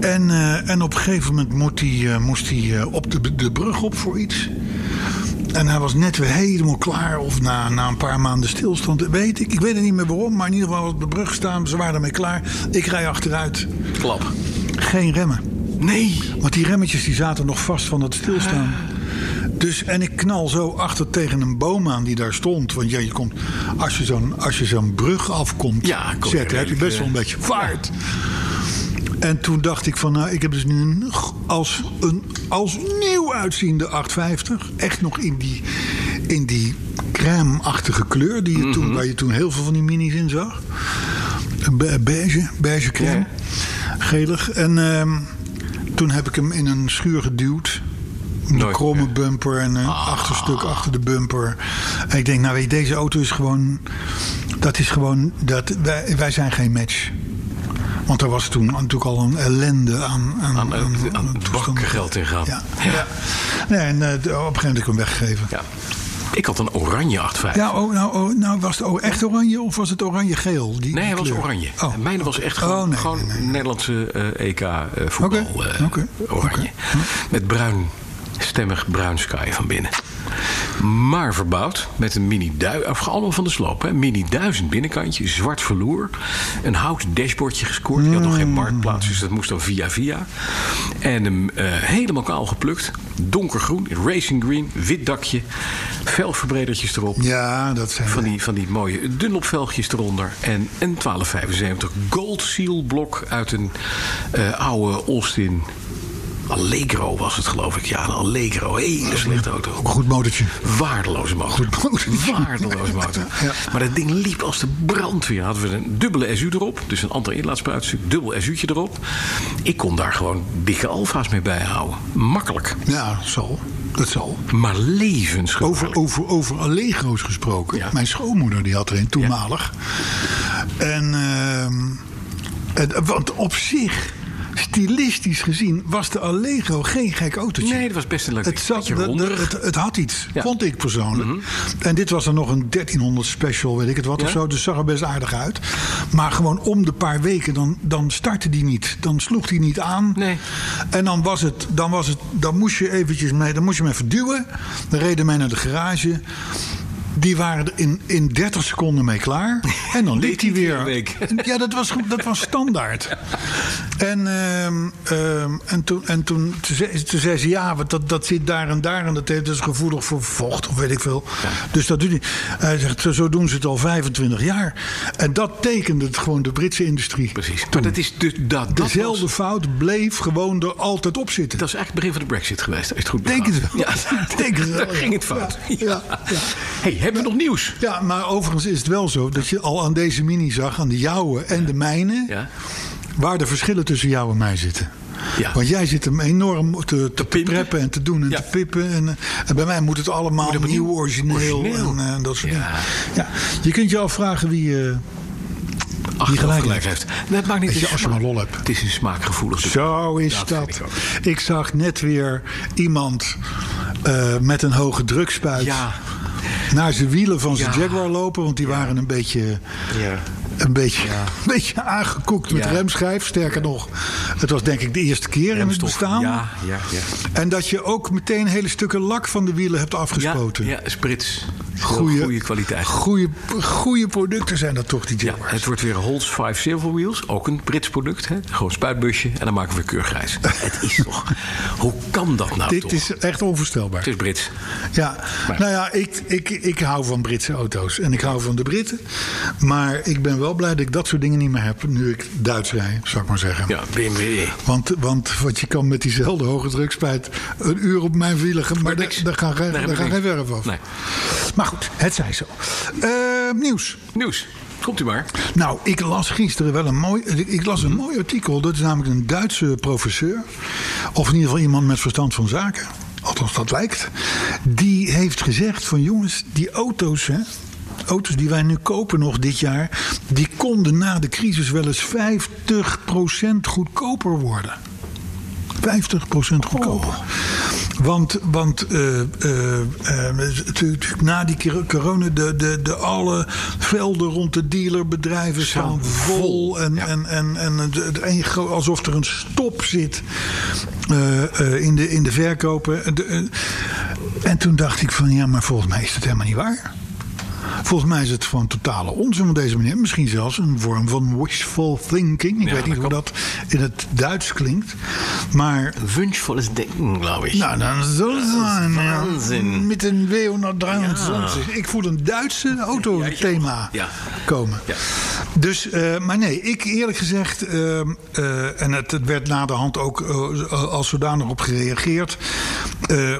Speaker 5: En, eh, en op een gegeven moment moet die, eh, moest hij op de, de brug op voor iets. En hij was net weer helemaal klaar. Of na, na een paar maanden stilstand. Weet ik, ik weet het niet meer waarom. Maar in ieder geval was op de brug staan. Ze waren ermee klaar. Ik rij achteruit.
Speaker 4: Klap.
Speaker 5: Geen remmen.
Speaker 4: Nee.
Speaker 5: Want die remmetjes die zaten nog vast van het stilstaan. Dus, en ik knal zo achter tegen een boom aan die daar stond. Want ja, je komt, als je zo'n, als je zo'n brug afkomt,
Speaker 4: Ja, kom je
Speaker 5: zet, heb je
Speaker 4: redelijk,
Speaker 5: best wel een
Speaker 4: eh,
Speaker 5: beetje vaart. En toen dacht ik van, nou, ik heb dus nu een, g- als, een, als nieuw uitziende 850. Echt nog in die, in die crème-achtige kleur die je
Speaker 4: Mhm.
Speaker 5: toen, waar je toen heel veel van die minis in zag. Be- beige, beige crème. Gelig. En ehm, toen heb ik hem in een schuur geduwd. Een
Speaker 4: Nooit Ah.
Speaker 5: kromme bumper en een achterstuk achter de bumper. En ik denk, nou weet je, deze auto is gewoon... Dat is gewoon... Dat, wij, wij zijn geen match. Want er was toen natuurlijk al een ellende aan... Aan,
Speaker 4: Aan, eh, aan het
Speaker 5: toestand.
Speaker 4: bakken geld ingaan.
Speaker 5: Ja.
Speaker 4: Ja.
Speaker 5: ja. Nee, en eh, op een gegeven moment heb ik hem weggegeven.
Speaker 4: Ja. Ik had een oranje 8,5.
Speaker 5: Ja, oh, nou, oh, nou was het oh, echt oranje of was het oranje-geel? Die-
Speaker 4: nee,
Speaker 5: die
Speaker 4: hij was
Speaker 5: kleur?
Speaker 4: oranje.
Speaker 5: Oh.
Speaker 4: Mijn was echt gewoon,
Speaker 5: Oh, nee,
Speaker 4: gewoon
Speaker 5: nee, nee, nee.
Speaker 4: Nederlandse eh, EK eh, voetbal.
Speaker 5: Oké,
Speaker 4: eh,
Speaker 5: oké,
Speaker 4: oranje.
Speaker 5: oké. Hm.
Speaker 4: Met bruin, stemmig bruin sky van binnen. Maar verbouwd met een mini duizend, of allemaal van de sloop. Hè? Mini duizend binnenkantje, zwart verloer. Een houten dashboardje gescoord. Die had nog
Speaker 5: Mm.
Speaker 4: geen marktplaats, dus dat moest dan via via. En hem eh, helemaal kaal geplukt. Donkergroen, racing green, wit dakje. Velverbredertjes erop.
Speaker 5: Ja, dat zijn
Speaker 4: Van die, van die mooie dunlopvelgjes eronder. En een 1275 Gold Seal blok uit een eh, oude Austin Allegro was het, geloof ik. Ja, een Allegro. Hele slechte auto.
Speaker 5: Goed motortje.
Speaker 4: Waardeloze motor.
Speaker 5: Goed motortje.
Speaker 4: Waardeloze motor.
Speaker 5: <laughs>
Speaker 4: Maar dat ding liep als de brandweer. Hadden we een dubbele SU erop. Dus een ander inlaatspruitstuk, dubbel SU'tje erop. Ik kon daar gewoon dikke alfa's mee bijhouden. Makkelijk.
Speaker 5: Ja, dat zal. Dat zal.
Speaker 4: Maar levensgevaarlijk.
Speaker 5: Over, over, over Allegro's gesproken.
Speaker 4: Ja.
Speaker 5: Mijn schoonmoeder die had er een toenmalig. En ehm, het- want op zich, stilistisch gezien, was de Allegro geen gek autootje.
Speaker 4: Nee, dat was best een leuk
Speaker 5: het,
Speaker 4: ding.
Speaker 5: zat,
Speaker 4: Beetje
Speaker 5: de- de-
Speaker 4: ronderig.
Speaker 5: het, het had iets,
Speaker 4: Ja. Mhm.
Speaker 5: vond ik persoonlijk. En dit was dan nog een 1300 special, weet ik het wat
Speaker 4: Ja?
Speaker 5: of zo. Dus zag er best aardig uit. Maar gewoon om de paar weken, dan, dan startte die niet. Dan sloeg die niet aan.
Speaker 4: Nee.
Speaker 5: En dan was het, dan was het, dan moest je eventjes mee, dan moest je hem even duwen. Dan reden mij naar de garage. Die waren er in, in 30 seconden mee klaar. En dan liep
Speaker 4: Deed <laughs>
Speaker 5: hij
Speaker 4: hij
Speaker 5: weer.
Speaker 4: weer een
Speaker 5: Ja, dat was, goed, dat was standaard. En, ehm, ehm, en, toen, en toen, toen, zei, toen zei ze: Ja, want dat, dat zit daar en daar. En dat heeft- dat is gevoelig voor vocht of weet ik veel. Dus dat doet niet. Hij zegt: zo- Zo doen ze het al 25 jaar. En dat tekende het gewoon de Britse industrie.
Speaker 4: Precies.
Speaker 5: toen.
Speaker 4: Maar dat is dus dat. dat
Speaker 5: Dezelfde
Speaker 4: was-
Speaker 5: fout bleef gewoon er altijd op zitten.
Speaker 4: Dat is eigenlijk het begin van de Brexit geweest. Als je het goed
Speaker 5: Denk het
Speaker 4: begraaft.
Speaker 5: wel.
Speaker 4: Ja,
Speaker 5: <laughs> Denk het wel,
Speaker 4: daar
Speaker 5: ja.
Speaker 4: ging het fout.
Speaker 5: Ja, ja, ja.
Speaker 4: Hey, hebben we nog nieuws?
Speaker 5: Ja, maar overigens is het wel zo dat je al aan deze mini zag, aan de jouwe en de mijne,
Speaker 4: Ja.
Speaker 5: waar de verschillen tussen jou en mij zitten.
Speaker 4: Ja.
Speaker 5: Want jij zit hem enorm te, te,
Speaker 4: pimpen.
Speaker 5: preppen en te doen en
Speaker 4: Ja.
Speaker 5: te pippen. En, eh, en bij mij moet het allemaal
Speaker 4: het
Speaker 5: nieuw,
Speaker 4: opnieuw.
Speaker 5: origineel,
Speaker 4: Origineel.
Speaker 5: en eh, dat soort
Speaker 4: Ja.
Speaker 5: dingen. Ja. Je kunt je afvragen wie... eh,
Speaker 4: Ach, die
Speaker 5: gelijk
Speaker 4: gelijk, heeft. Nee, het maakt niet
Speaker 5: Weet je,
Speaker 4: uit.
Speaker 5: als je maar lol hebt.
Speaker 4: Het is een smaakgevoelig. stuk.
Speaker 5: Zo is
Speaker 4: Dat
Speaker 5: dat.
Speaker 4: vind ik ook.
Speaker 5: Ik, zag net weer iemand eh, met een hoge drukspuit
Speaker 4: Ja.
Speaker 5: naar zijn wielen van zijn
Speaker 4: Ja.
Speaker 5: Jaguar lopen. Want die waren een beetje, een beetje, <laughs> een beetje aangekoekt met
Speaker 4: Ja.
Speaker 5: remschijf. Sterker nog, het was denk ik de eerste keer in het
Speaker 4: Remstof.
Speaker 5: bestaan.
Speaker 4: Ja, ja, ja.
Speaker 5: En dat je ook meteen hele stukken lak van de wielen hebt afgespoten.
Speaker 4: Ja, ja sprits.
Speaker 5: Goeie-
Speaker 4: Goede kwaliteit.
Speaker 5: Goede, goede producten zijn dat toch, die
Speaker 4: Ja,
Speaker 5: Jaguars.
Speaker 4: het wordt weer Holz 5 Silver Wheels. Ook een Brits product. Hè? Gewoon spuitbusje en dan maken we
Speaker 5: <laughs>
Speaker 4: keurgrijs. het is toch... Hoe kan dat nou toch?
Speaker 5: Dit is echt onvoorstelbaar.
Speaker 4: Het is Brits.
Speaker 5: Ja, nou ja, ik, ik, ik hou van Britse auto's. En ik hou van de Britten. Maar ik ben wel blij dat ik dat soort dingen niet meer heb. Nu ik Duits rij, zou ik maar zeggen.
Speaker 4: Ja, BMW.
Speaker 5: Want, want wat je kan met diezelfde hoge drukspuit een uur op mijn wielen... gaan- Maar daar
Speaker 4: niks.
Speaker 5: daar gaan geen,
Speaker 4: Daar
Speaker 5: daar
Speaker 4: heb ik
Speaker 5: gaan geen
Speaker 4: niks.
Speaker 5: werf af.
Speaker 4: Nee.
Speaker 5: Maar goed, het zij zo. Eh, nieuws.
Speaker 4: Nieuws. Komt u maar.
Speaker 5: Nou, ik las gisteren wel een mooi, ik ik las een mooi artikel. Dat is namelijk een Duitse professeur. Of in ieder geval iemand met verstand van zaken. Althans, dat lijkt. Die heeft gezegd van jongens, die auto's, hè, auto's die wij nu kopen nog dit jaar... die konden na de crisis wel eens 50% goedkoper worden. 50% goedkoper.
Speaker 4: Oh.
Speaker 5: Want, want eh, eh, eh, natuurlijk na die cor- corona, de, de, de alle velden rond de dealerbedrijven staan vol. En, en, en, en het- het een gro- alsof er een stop zit eh, eh, in, de, in de verkopen. Eh, de, eh, en toen dacht ik van ja, maar volgens mij is dat helemaal niet waar. Volgens mij is het gewoon totale onzin van deze meneer. Misschien zelfs een vorm van wishful thinking. Ik
Speaker 4: Ja,
Speaker 5: weet niet
Speaker 4: dat
Speaker 5: hoe
Speaker 4: kan.
Speaker 5: dat in het Duits klinkt. Maar
Speaker 4: Wunschvolles denken, geloof ik.
Speaker 5: nou, dan zal het zijn. ja.
Speaker 4: waanzin.
Speaker 5: Met een 223. Ik voel een Duitse autothema
Speaker 4: Ja.
Speaker 5: komen.
Speaker 4: Ja.
Speaker 5: Dus, eh, maar nee, ik eerlijk gezegd, ehm, eh, en het, het werd naderhand ook eh, als zodanig op gereageerd. eh,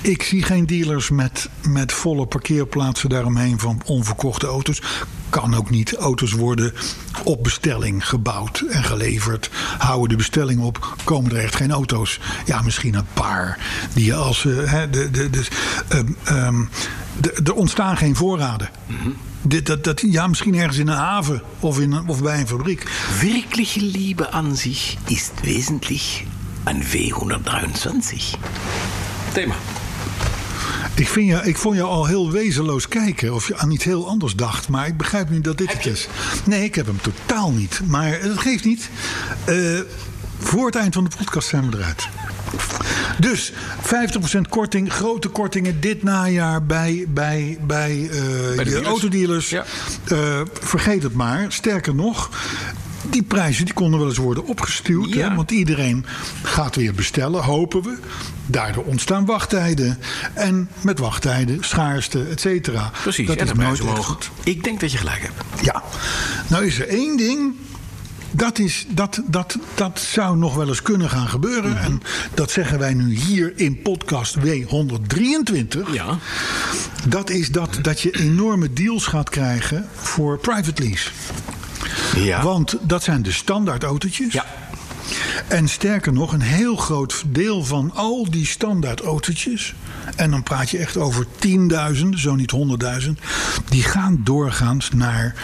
Speaker 5: ik zie geen dealers met, met volle parkeerplaatsen daaromheen van onverkochte auto's. Kan ook niet. Auto's worden op bestelling gebouwd en geleverd. Houden de bestelling op, komen er echt geen auto's. Ja, misschien een paar. Die je als. eh, hè, de, de, dus, ehm, ehm, de- er ontstaan geen voorraden. Dit- dat, dat, ja, misschien ergens in een haven of, in, een- of bij een fabriek.
Speaker 6: Wirkliche Liebe an sich ist wesentlich an W123.
Speaker 4: Thema.
Speaker 5: Ik, vind jou, ik vond jou al heel wezenloos kijken. Of je aan iets heel anders dacht. Maar ik begrijp nu dat dit het is. Nee, ik heb hem totaal niet. Maar dat geeft niet. Eh, voor het eind van de podcast zijn we eruit. Dus 50% korting, grote kortingen dit najaar bij, bij, bij, eh, je
Speaker 4: dealers.
Speaker 5: autodealers.
Speaker 4: Ja.
Speaker 5: Eh, vergeet het maar. Sterker nog, die prijzen die konden wel eens worden opgestuurd.
Speaker 4: Ja.
Speaker 5: Hè? Want iedereen gaat weer bestellen, hopen we. Daardoor ontstaan wachttijden. En met wachttijden, schaarste, et cetera.
Speaker 4: Precies.
Speaker 5: Dat
Speaker 4: en
Speaker 5: is
Speaker 4: de prijs
Speaker 5: nooit echt
Speaker 4: omhoog.
Speaker 5: goed.
Speaker 4: Ik denk dat je gelijk hebt.
Speaker 5: Ja. Nou is er één ding. Dat, is, dat, dat, dat zou nog wel eens kunnen gaan gebeuren.
Speaker 4: Mhm.
Speaker 5: En dat zeggen wij nu hier in podcast W123.
Speaker 4: Ja.
Speaker 5: Dat is dat, dat je enorme deals gaat krijgen voor private lease.
Speaker 4: Ja.
Speaker 5: Want dat zijn de standaard autootjes.
Speaker 4: Ja.
Speaker 5: En sterker nog, een heel groot deel van al die standaard autootjes... en dan praat je echt over tienduizenden, zo niet honderdduizend... die gaan doorgaans naar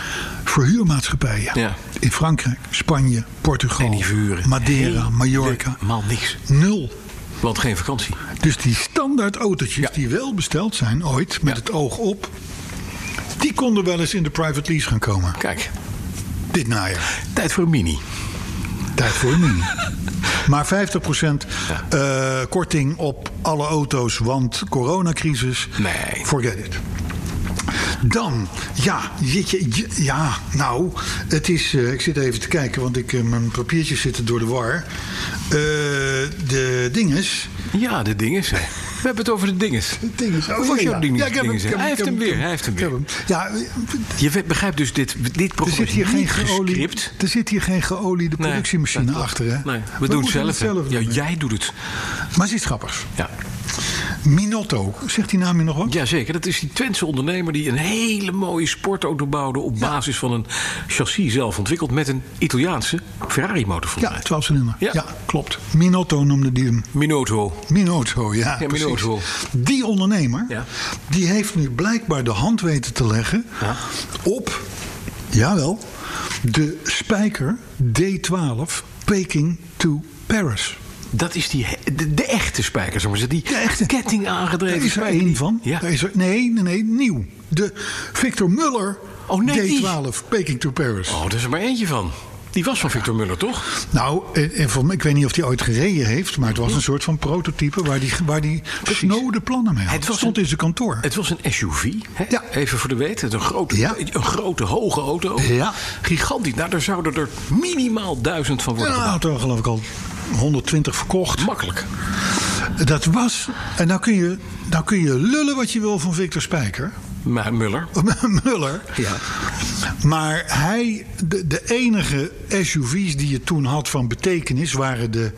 Speaker 5: verhuurmaatschappijen.
Speaker 4: Ja.
Speaker 5: In Frankrijk, Spanje, Portugal,
Speaker 4: En die verhuren
Speaker 5: Oh, Madeira, Mallorca.
Speaker 4: helemaal niks.
Speaker 5: Nul.
Speaker 4: Want geen vakantie.
Speaker 5: Dus die standaard autootjes
Speaker 4: Ja.
Speaker 5: die wel besteld zijn ooit... met
Speaker 4: Ja.
Speaker 5: het oog op... die konden wel eens in de private lease gaan komen.
Speaker 4: Kijk,
Speaker 5: Dit najaar.
Speaker 4: tijd voor een mini.
Speaker 5: Tijd voor een mini. Maar 50% eh, korting op alle auto's, want coronacrisis.
Speaker 4: Nee.
Speaker 5: Forget it. Dan, ja, jeetje, je- ja, nou, het is, eh, ik zit even te kijken, want ik, eh, mijn papiertjes zitten door de war. Eh, de dinges.
Speaker 4: Ja, de dinges. hè. We hebben het over de dinges.
Speaker 5: dinges.
Speaker 4: Hoe was
Speaker 5: oh, ja,
Speaker 4: jouw
Speaker 5: ja.
Speaker 4: dinges?
Speaker 5: Ja, ik heb hem,
Speaker 4: dinges, hè?
Speaker 5: ik heb
Speaker 4: hij
Speaker 5: hem,
Speaker 4: heeft hem
Speaker 5: ik heb
Speaker 4: weer. Hij heeft hem
Speaker 5: Ik heb
Speaker 4: weer.
Speaker 5: hem. Ja,
Speaker 4: Je weet- begrijpt dus, dit, dit
Speaker 5: er
Speaker 4: programma
Speaker 5: zit hier
Speaker 4: is
Speaker 5: geen
Speaker 4: niet
Speaker 5: geolie,
Speaker 4: gescript.
Speaker 5: er zit hier geen geoliede
Speaker 4: Nee,
Speaker 5: productiemachine
Speaker 4: dat klopt.
Speaker 5: achter, hè?
Speaker 4: Nee, we,
Speaker 5: We
Speaker 4: doen het
Speaker 5: moeten
Speaker 4: zelf.
Speaker 5: het zelf
Speaker 4: ja,
Speaker 5: doen, hè?
Speaker 4: jij doet het.
Speaker 5: Maar er is iets grappigs.
Speaker 4: Ja.
Speaker 5: Minotto, zegt die naam je nog wat?
Speaker 4: Jazeker, dat is die Twentse ondernemer die een hele mooie sportauto bouwde... op basis van een chassis zelf ontwikkeld met een Italiaanse Ferrari-motor. volgens
Speaker 5: Ja,
Speaker 4: mij.
Speaker 5: 12 cilinder.
Speaker 4: Ja.
Speaker 5: Ja. klopt. Minotto noemde die hem.
Speaker 4: Minotto.
Speaker 5: Minotto, ja.
Speaker 4: Ja,
Speaker 5: precies.
Speaker 4: Minotto.
Speaker 5: Die ondernemer,
Speaker 4: Ja.
Speaker 5: die heeft nu blijkbaar de hand weten te leggen
Speaker 4: Ja.
Speaker 5: op, jawel, de Spijker D12 Peking to Paris.
Speaker 4: Dat is die, he- de, de echte spijker, zeg maar. Die
Speaker 5: De echte.
Speaker 4: ketting aangedreven
Speaker 5: Daar is er
Speaker 4: spijker.
Speaker 5: één van.
Speaker 4: Ja.
Speaker 5: Daar is er, nee, nee, nee, nieuw. De Victor Muller
Speaker 4: Oh, nee, die.
Speaker 5: D12 Peking to Paris.
Speaker 4: Oh, daar is er maar eentje van. Die was van Victor Muller, toch?
Speaker 5: Nou, en, en voor, ik weet niet of hij ooit gereden heeft, maar het was een soort van prototype waar die, waar die snode plannen mee had. Het
Speaker 4: was
Speaker 5: stond
Speaker 4: een-
Speaker 5: in zijn kantoor.
Speaker 4: Het was een SUV. Hè?
Speaker 5: Ja.
Speaker 4: Even voor de weten. Een grote,
Speaker 5: Ja.
Speaker 4: een grote, hoge auto.
Speaker 5: Ja.
Speaker 4: Gigantisch. Nou, daar zouden er minimaal duizend van worden
Speaker 5: Ja, hij
Speaker 4: gebouwd.
Speaker 5: had er geloof ik al 120 verkocht.
Speaker 4: Makkelijk.
Speaker 5: Dat was, en nou kun, je, nou kun je lullen wat je wil van Victor Spijker, <laughs>
Speaker 4: Maar Muller.
Speaker 5: Muller.
Speaker 4: Ja.
Speaker 5: Maar hij, de, de enige SUV's die je toen had van betekenis waren de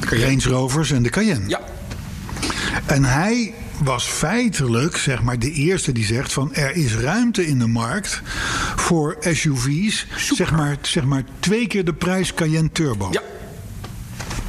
Speaker 5: Range Rovers en de Cayenne.
Speaker 4: Ja.
Speaker 5: En hij was feitelijk zeg maar, de eerste die zegt van er is ruimte in de markt voor SUV's. Zeg maar, zeg maar twee keer de prijs Cayenne Turbo.
Speaker 4: Ja.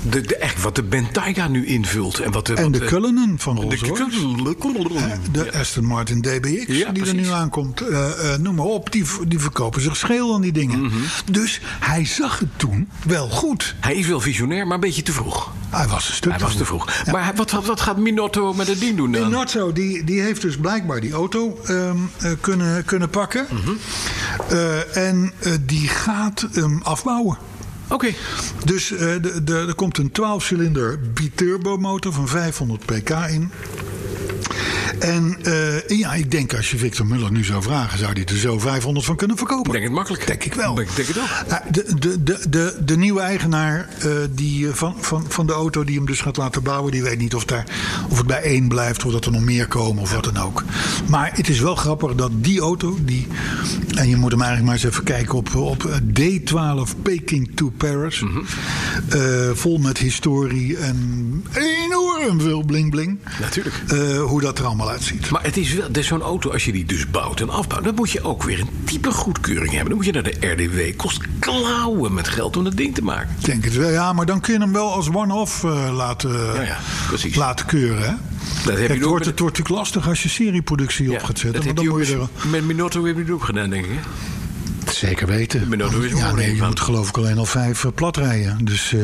Speaker 4: De, de, echt wat de Bentayga nu invult. En, wat de,
Speaker 5: En
Speaker 4: wat
Speaker 5: de Cullinan van
Speaker 4: eh, De,
Speaker 5: Rolls-Royce. De
Speaker 4: Ja.
Speaker 5: Aston Martin DBX,
Speaker 4: Ja,
Speaker 5: die
Speaker 4: precies.
Speaker 5: er nu aankomt, eh, eh, noem maar op, die, v- die verkopen zich scheel aan die dingen.
Speaker 4: Mhm.
Speaker 5: Dus hij zag het toen wel goed.
Speaker 4: Hij is wel visionair, maar een beetje te vroeg.
Speaker 5: Hij was een stuk
Speaker 4: Hij was te vroeg. Maar hij- wat, wat, wat gaat Minotto met het ding doen dan?
Speaker 5: Pinotto die, die heeft dus blijkbaar die auto ehm, eh, kunnen, kunnen pakken.
Speaker 4: Mhm.
Speaker 5: Eh, en eh, die gaat hem afbouwen.
Speaker 4: Oké.
Speaker 5: Dus eh, de, de, er komt een 12-cilinder biturbo motor van 500 pk in. En eh, ja, ik denk als je Victor Muller nu zou vragen, zou hij er zo 500 van kunnen verkopen.
Speaker 4: Ik denk het makkelijk.
Speaker 5: Denk ik wel.
Speaker 4: Ik denk het ook.
Speaker 5: Ja, Ah, De, de, de, de, de nieuwe eigenaar eh, die, eh, van, van, van de auto die hem dus gaat laten bouwen, die weet niet of, daar, of het bij één blijft of dat er nog meer komen of wat dan ook. Maar het is wel grappig dat die auto, die, en je moet hem eigenlijk maar eens even kijken op, op eh, D12 Peking to Paris,
Speaker 4: Mhm.
Speaker 5: eh, vol met historie en enorm veel bling bling. eh,
Speaker 4: Natuurlijk.
Speaker 5: hoe dat er allemaal uitziet.
Speaker 4: Maar het is wel, dat is zo'n auto, als je die dus bouwt en afbouwt, dan moet je ook weer een type goedkeuring hebben. Dan moet je naar de RDW. Kost klauwen met geld om dat ding te maken.
Speaker 5: Ik denk het wel, ja, maar dan kun je hem wel als one-off eh, laten,
Speaker 4: Ja, ja, precies.
Speaker 5: laten keuren. Hè?
Speaker 4: je
Speaker 5: Kijk, het,
Speaker 4: ook
Speaker 5: wordt,
Speaker 4: met-
Speaker 5: het wordt natuurlijk lastig als je serieproductie op gaat zetten. Maar
Speaker 4: dat heeft
Speaker 5: dan
Speaker 4: hij ook
Speaker 5: moet je er
Speaker 4: met- met Minotto weer niet ook gedaan, denk ik. hè?
Speaker 5: dus- zeker weten.
Speaker 4: Met Nodo is ook
Speaker 5: ja,
Speaker 4: een
Speaker 5: nee, je
Speaker 4: van.
Speaker 5: moet geloof ik alleen al vijf eh, platrijden. Dus eh,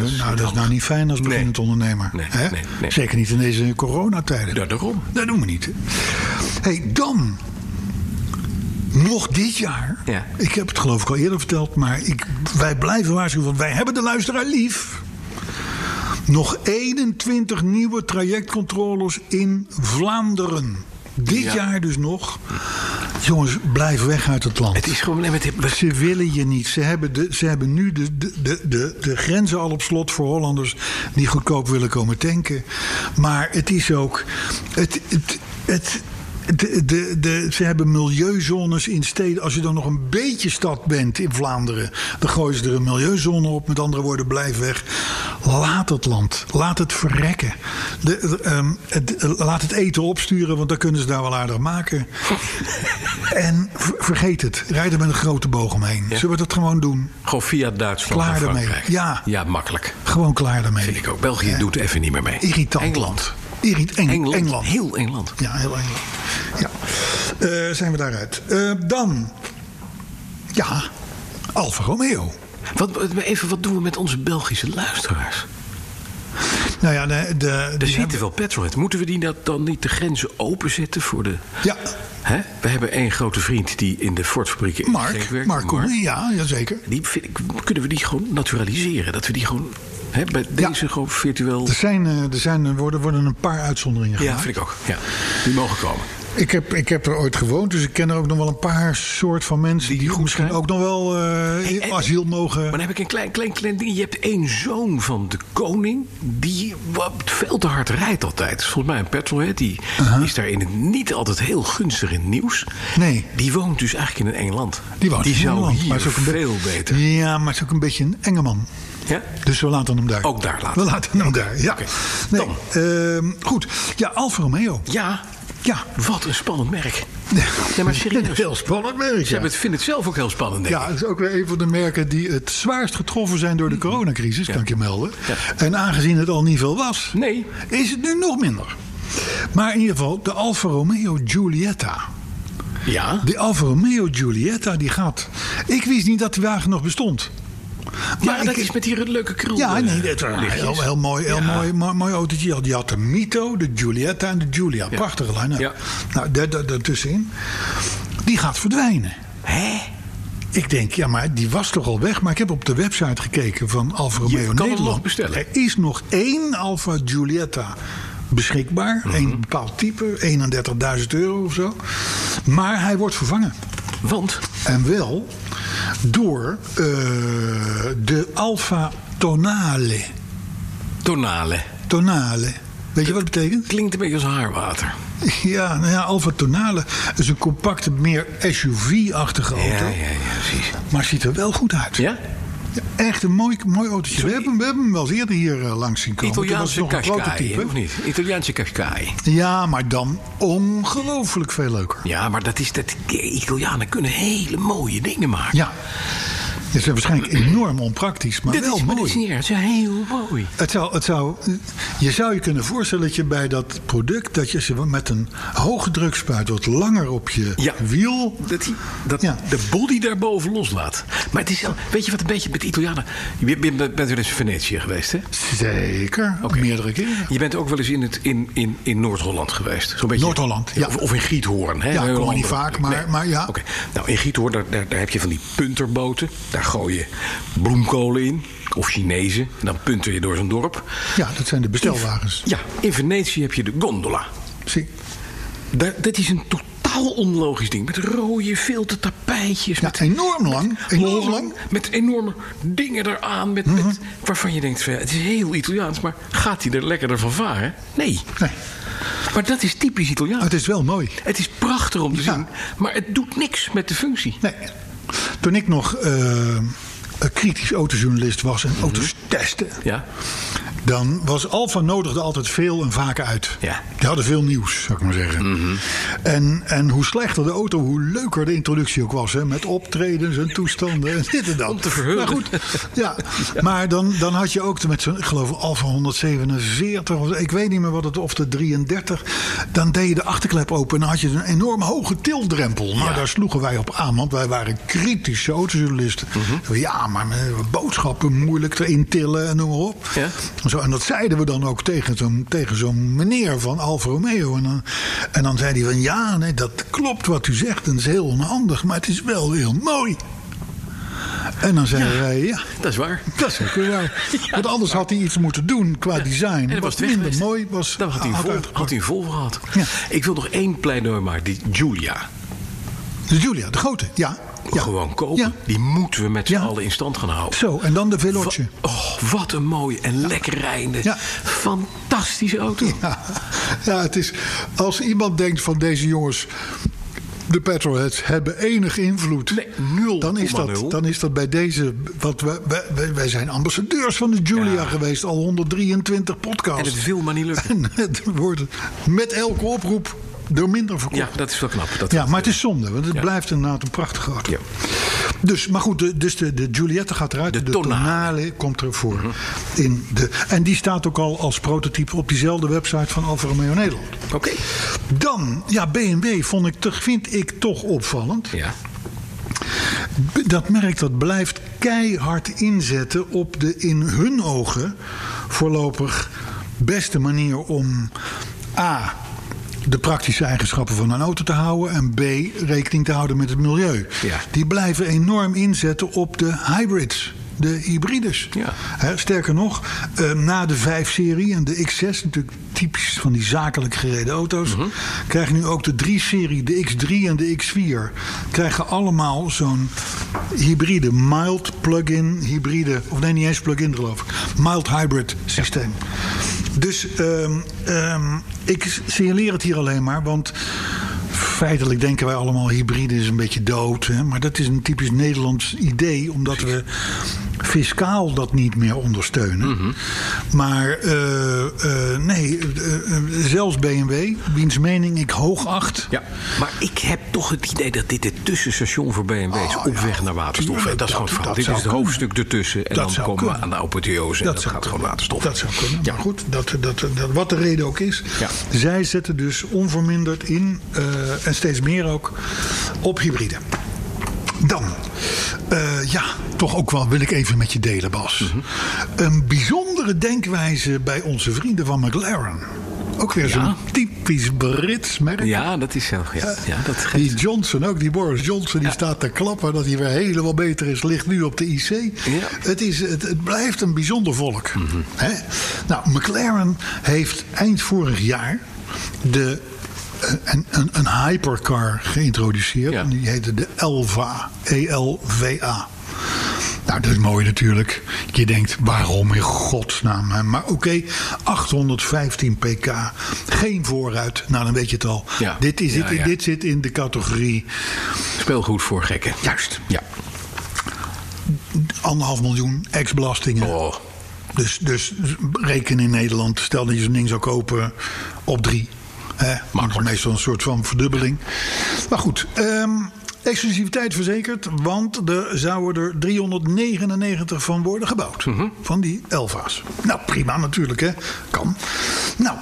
Speaker 4: dat is
Speaker 5: nou, dat is nou niet fijn als beginnend ondernemer.
Speaker 4: Nee,
Speaker 5: hè?
Speaker 4: nee, nee.
Speaker 5: Zeker niet in deze coronatijden.
Speaker 4: Ja, daarom.
Speaker 5: Dat doen we niet. hey, dan. Nog dit jaar.
Speaker 4: Ja.
Speaker 5: Ik heb het geloof ik al eerder verteld. Maar ik, wij blijven waarschuwen. Want wij hebben de luisteraar lief. Nog 21 nieuwe trajectcontrollers in Vlaanderen. Dit jaar dus nog. Jongens, blijf weg uit het land.
Speaker 4: Het is gewoon... nee, maar het- we-
Speaker 5: Ze willen je niet. Ze hebben, de, ze hebben nu de, de, de, de, de grenzen al op slot voor Hollanders die goedkoop willen komen tanken. Maar het is ook. Het, het, het, de, de, de, ze hebben milieuzones in steden. Als je dan nog een beetje stad bent in Vlaanderen, dan gooien ze er een milieuzone op. Met andere woorden, blijf weg. Laat het land. Laat het verrekken. De, de, ehm, het- laat het eten opsturen, want dan kunnen ze daar wel aardig maken. en ver- vergeet het. Rijd er met een grote boog omheen. Zullen we dat gewoon doen?
Speaker 4: Gewoon via Duitsland
Speaker 5: Klaar
Speaker 4: naar
Speaker 5: ermee.
Speaker 4: Frankrijk.
Speaker 5: Ja.
Speaker 4: ja, makkelijk.
Speaker 5: Gewoon klaar daarmee.
Speaker 4: Vind ik ook. België doet even niet meer mee.
Speaker 5: Irritant.
Speaker 4: Engeland.
Speaker 5: Irrit, Eng-
Speaker 4: Engeland.
Speaker 5: Engeland.
Speaker 4: Heel Engeland.
Speaker 5: Ja, heel Engeland. Ja. Eh, zijn we daaruit. Eh, dan. Ja, Alfa Romeo.
Speaker 4: Wat, even, wat doen we met onze Belgische luisteraars?
Speaker 5: Nou ja, de, de,
Speaker 4: Er
Speaker 5: die
Speaker 4: zitten wel petrolheads. Moeten we die dat dan niet de grenzen openzetten voor de...
Speaker 5: Ja.
Speaker 4: Hè? We hebben één grote vriend die in de Ford-fabriek in Genk
Speaker 5: Mark,
Speaker 4: werkt.
Speaker 5: Mark Koeman, ja, jazeker.
Speaker 4: Die vind ik, kunnen we die gewoon naturaliseren? Dat we die gewoon hè, bij
Speaker 5: Ja.
Speaker 4: deze gewoon virtueel...
Speaker 5: Er, zijn, eh, er, zijn, er worden, worden een paar uitzonderingen
Speaker 4: Ja,
Speaker 5: gemaakt.
Speaker 4: vind ik ook. Ja. Die mogen komen.
Speaker 5: Ik heb, ik heb er ooit gewoond, dus ik ken er ook nog wel een paar soort van mensen...
Speaker 4: Die
Speaker 5: die,
Speaker 4: goed
Speaker 5: misschien
Speaker 4: zijn.
Speaker 5: ook nog wel eh,
Speaker 4: en-
Speaker 5: asiel mogen...
Speaker 4: Maar dan heb ik een klein, klein, klein ding. Je hebt één zoon van de koning. Die wat veel te hard rijdt altijd. Dat is volgens mij een petrolhead. Die
Speaker 5: Uh-huh.
Speaker 4: is daar in het niet altijd heel gunstig in het nieuws.
Speaker 5: Nee.
Speaker 4: Die woont dus eigenlijk in een eng land.
Speaker 5: Die woont in
Speaker 4: zou
Speaker 5: Engeland,
Speaker 4: hier
Speaker 5: maar is ook een be-
Speaker 4: veel beter.
Speaker 5: Ja, maar het is ook een beetje een enge man.
Speaker 4: Ja?
Speaker 5: Dus we laten hem daar.
Speaker 4: Ook daar laten.
Speaker 5: We laten hem daar, ja.
Speaker 4: Oké.
Speaker 5: Nee,
Speaker 4: Tom.
Speaker 5: ehm, goed. Ja, Alfa Romeo.
Speaker 4: Ja.
Speaker 5: Ja.
Speaker 4: Wat een spannend merk.
Speaker 5: <laughs>
Speaker 4: Nee, maar serieus.
Speaker 5: Heel spannend merk,
Speaker 4: Ze
Speaker 5: ja.
Speaker 4: hebben het, vinden het zelf ook heel spannend, denk ik.
Speaker 5: Ja, dat is ook weer een van de merken die het zwaarst getroffen zijn
Speaker 4: Mm.
Speaker 5: door de coronacrisis, kan ik je melden. En aangezien het al niet veel was,
Speaker 4: Nee.
Speaker 5: is het nu nog minder. Maar in ieder geval, de Alfa Romeo Giulietta.
Speaker 4: Ja.
Speaker 5: De Alfa Romeo Giulietta, die gaat. Ik wist niet dat die wagen nog bestond.
Speaker 4: Maar dat
Speaker 5: ik-
Speaker 4: is met die leuke krul.
Speaker 5: Ja,
Speaker 4: eh,
Speaker 5: nee, dat
Speaker 4: lichtjes.
Speaker 5: heel, heel mooi, heel mooi, mooi, mooi autootje. Ja, Die had de Mito, de Giulietta en de Giulia. Prachtige lijn. Nou,
Speaker 4: Ja.
Speaker 5: nou daar- daar- daartussenin. Die gaat verdwijnen. Ik denk, ja, maar die was toch al weg. Maar ik heb op de website gekeken van Alfa Romeo
Speaker 4: kan hem
Speaker 5: Nederland.
Speaker 4: nog bestellen.
Speaker 5: Er is nog één Alfa Giulietta beschikbaar.
Speaker 4: Mhm.
Speaker 5: Een bepaald type, 31.000 euro of zo. Maar hij wordt vervangen.
Speaker 4: Want
Speaker 5: En wel door eh, de Alfa Tonale.
Speaker 4: tonale
Speaker 5: Tonale. Weet je wat dat betekent?
Speaker 4: klinkt een beetje als haarwater.
Speaker 5: Ja, nou ja, Alfa Tonale is een compacte, meer SUV-achtige auto.
Speaker 4: Ja, ja, ja, precies.
Speaker 5: Maar ziet er wel goed uit.
Speaker 4: Ja?
Speaker 5: Ja, Echt een mooi, mooi autootje. We hebben, we hebben hem wel eens eerder hier eh, langs zien komen. Toen was het
Speaker 4: Italiaanse
Speaker 5: nog een
Speaker 4: Qashqai, hè,
Speaker 5: prototype.
Speaker 4: of niet? Italiaanse Qashqai.
Speaker 5: Ja, maar dan ongelooflijk veel leuker.
Speaker 4: Ja, maar dat is dat... Italianen kunnen hele mooie dingen maken.
Speaker 5: Ja. Het is waarschijnlijk enorm onpraktisch, maar
Speaker 4: Dit
Speaker 5: wel
Speaker 4: is, maar dit
Speaker 5: mooi.
Speaker 4: is niet erg. Het is heel mooi.
Speaker 5: Het zou, het zou, je zou je kunnen voorstellen dat je bij dat product... dat je ze met een hoge drukspuit wat langer op je
Speaker 4: Ja.
Speaker 5: wiel...
Speaker 4: Dat, die, dat
Speaker 5: Ja.
Speaker 4: de body daarboven loslaat. Maar het is wel... Weet je wat een beetje met de Italianen... Je bent, bent wel eens in Venetië geweest, hè?
Speaker 5: Zeker,
Speaker 4: Oké.
Speaker 5: meerdere keren.
Speaker 4: Je bent ook wel eens in, het- in, in, in Noord-Holland geweest. Zo'n beetje-
Speaker 5: Noord-Holland, ja.
Speaker 4: Of, of in Giethoorn. Hè?
Speaker 5: Ja, kom
Speaker 4: Een heel
Speaker 5: ik niet
Speaker 4: ander-
Speaker 5: vaak, maar- maar ja.
Speaker 4: Oké. Nou, in Giethoorn daar, daar, daar heb je van die punterboten. Daar gooi je bloemkolen in. Of Chinezen. En dan punter je door zo'n dorp.
Speaker 5: Ja, dat zijn de bestelwagens.
Speaker 4: Ja, in Venetië heb je de gondola.
Speaker 5: Zie.
Speaker 4: Daar, dat is een totaal onlogisch ding. Met rode filter tapijtjes.
Speaker 5: Ja,
Speaker 4: met
Speaker 5: enorm lang. Enorm lang.
Speaker 4: lang, met enorme dingen eraan. Met,
Speaker 5: Mhm.
Speaker 4: met, waarvan je denkt, van, ja, het is heel Italiaans. Maar gaat hij er lekkerder van varen? Nee.
Speaker 5: Nee,
Speaker 4: Maar dat is typisch Italiaans.
Speaker 5: het is wel mooi.
Speaker 4: Het is prachtig om te
Speaker 5: Oh, Ja.
Speaker 4: zien, maar het doet niks met de functie.
Speaker 5: Nee. Toen ik nog eh, een kritisch autojournalist was en auto's testte...
Speaker 4: Mhm. Ja,
Speaker 5: dan was Alfa nodigde altijd veel en vaak uit.
Speaker 4: Ja. Mhm.
Speaker 5: Die hadden veel nieuws, zou ik maar zeggen. en, en hoe slechter de auto, hoe leuker de introductie ook was. Hè, met optredens en toestanden en dit en dat.
Speaker 4: Om te verhullen.
Speaker 5: Maar goed, <laughs> ja. Maar dan, dan had je ook met zo'n, ik geloof Alfa 147, of, ik weet niet meer wat het, of de 33. Dan deed je de achterklep open en dan had je een enorm hoge tildrempel. Nou, daar sloegen wij op aan, want wij waren kritische autojournalisten. Ja, maar eh, boodschappen moeilijk erin tillen en noem maar op.
Speaker 4: Ja.
Speaker 5: Zo, en dat zeiden we dan ook tegen zo'n, tegen zo'n meneer van Alfa Romeo. En dan, en dan zei hij van ja, nee, dat klopt wat u zegt. En dat is heel onhandig, maar het is wel heel mooi. En dan zeiden wij ja.
Speaker 4: dat is waar.
Speaker 5: Dat is ook weer
Speaker 4: <laughs>
Speaker 5: waar. Want anders had hij iets moeten doen qua design.
Speaker 4: En dat was
Speaker 5: wat
Speaker 4: het weg
Speaker 5: minder
Speaker 4: geweest.
Speaker 5: mooi was.
Speaker 4: Dan had hij een
Speaker 5: had
Speaker 4: vol,
Speaker 5: uitgepakt.
Speaker 4: had hij een vol gehad.
Speaker 5: Oh, Ja.
Speaker 4: Ik wil nog één pleidooi maken, die Julia.
Speaker 5: De Julia, de grote, ja. Ja.
Speaker 4: gewoon kopen.
Speaker 5: Ja.
Speaker 4: Die moeten we met z'n
Speaker 5: Ja.
Speaker 4: allen in stand gaan houden.
Speaker 5: Zo, en dan de
Speaker 4: Wa-
Speaker 5: Veloce.
Speaker 4: oh, wat een mooie en lekker rijdende,
Speaker 5: Ja.
Speaker 4: fantastische auto.
Speaker 5: <laughs> Ja, ja, het is. Als iemand denkt van deze jongens. De petrolheads hebben enig invloed.
Speaker 4: Nee, nul
Speaker 5: dan, is
Speaker 4: komma
Speaker 5: dat,
Speaker 4: nul.
Speaker 5: dan is dat bij deze. Wat wij, wij, wij zijn ambassadeurs van de Julia
Speaker 4: Ja.
Speaker 5: geweest. Al 123 podcasts.
Speaker 4: En het wil maar niet lukken.
Speaker 5: <laughs> En het wordt met elke oproep er minder verkocht.
Speaker 4: Ja, dat is wel knap. Dat eh,
Speaker 5: Ja, maar het is zonde, want het
Speaker 4: Ja.
Speaker 5: blijft inderdaad een prachtige auto.
Speaker 4: Ja.
Speaker 5: Dus, maar goed, de, dus de, de Giulietta gaat eruit.
Speaker 4: De Mhm.
Speaker 5: De,
Speaker 4: Tonale.
Speaker 5: tonale. komt ervoor. in de, en die staat ook al als prototype op diezelfde website van Alfa Romeo Nederland.
Speaker 4: Oké.
Speaker 5: Dan, ja, BMW vond ik, toch- vind ik toch opvallend.
Speaker 4: Ja.
Speaker 5: B- Dat merk dat blijft keihard inzetten op de in hun ogen voorlopig beste manier om A. De praktische eigenschappen van een auto te houden. En B. rekening te houden met het milieu.
Speaker 4: Ja.
Speaker 5: Die blijven enorm inzetten op de hybrids. De hybrides.
Speaker 4: Ja.
Speaker 5: Hè, sterker nog, eh, na de 5-serie en de X6, natuurlijk typisch van die zakelijk gereden auto's, krijgen nu ook de 3-serie, de X3 en de X4, krijgen allemaal zo'n hybride, mild plug-in hybride, of nee, niet eens plug-in geloof ik, mild hybrid systeem. Dus ehm, ehm, ik signaleer het hier alleen maar, want feitelijk denken wij allemaal hybride is een beetje dood. Hè? Maar dat is een typisch Nederlands idee, omdat we fiscaal dat niet meer ondersteunen. Maar eh, eh, nee, eh, eh, zelfs BMW, wiens mening ik hoog acht.
Speaker 4: Ja, maar ik heb toch het idee dat dit het tussenstation voor BMW is.
Speaker 5: Oh,
Speaker 4: op
Speaker 5: ja.
Speaker 4: weg naar waterstof.
Speaker 5: Tuurlijk,
Speaker 4: En dat is gewoon het
Speaker 5: dat-
Speaker 4: verhaal.
Speaker 5: dat
Speaker 4: Dit is
Speaker 5: zou
Speaker 4: het hoofdstuk ertussen. En
Speaker 5: Dat
Speaker 4: dan
Speaker 5: zou
Speaker 4: komen we
Speaker 5: kunnen.
Speaker 4: aan de apotheose. En dat,
Speaker 5: zou
Speaker 4: gaat
Speaker 5: kunnen.
Speaker 4: gewoon waterstof.
Speaker 5: Dat zou kunnen.
Speaker 4: Ja.
Speaker 5: Maar goed, dat, dat, dat, wat de reden ook is.
Speaker 4: Ja.
Speaker 5: Zij zetten dus onverminderd in, eh, en steeds meer ook, op hybride. Dan, eh, ja, toch ook wel wil ik even met je delen, Bas.
Speaker 4: Mhm.
Speaker 5: Een bijzondere denkwijze bij onze vrienden van McLaren. Ook weer zo'n typisch Brits merk.
Speaker 4: Ja, dat is zo. Ja,
Speaker 5: Eh.
Speaker 4: ja, dat
Speaker 5: Die
Speaker 4: geeft...
Speaker 5: Johnson ook, die Boris Johnson, die staat te klappen dat hij weer helemaal beter is. Ligt nu op de IC. Het, is, het, het blijft een bijzonder volk. Hè? Nou, McLaren heeft eind vorig jaar de, eh, een, een, een hypercar geïntroduceerd.
Speaker 4: Ja.
Speaker 5: En Die heette de Elva. E E-L-V-A. Nou, dat is mooi natuurlijk. Je denkt, waarom in godsnaam? hè? Maar oké, 815 pk, geen vooruit. Nou, dan weet je het al.
Speaker 4: Ja.
Speaker 5: Dit, is,
Speaker 4: Ja,
Speaker 5: dit,
Speaker 4: ja.
Speaker 5: dit zit in de categorie
Speaker 4: Speelgoed voor gekken.
Speaker 5: Juist.
Speaker 4: Ja.
Speaker 5: anderhalf miljoen ex-belastingen.
Speaker 4: Oh.
Speaker 5: Dus, dus reken in Nederland, stel dat je zo'n ding zou kopen op drie. Hè? Want dat is meestal een soort van verdubbeling. Maar goed, ehm, exclusiviteit verzekerd, want er zouden er 399 van worden gebouwd.
Speaker 4: Mhm.
Speaker 5: Van die Elva's. Nou, prima natuurlijk, hè? Kan. Nou,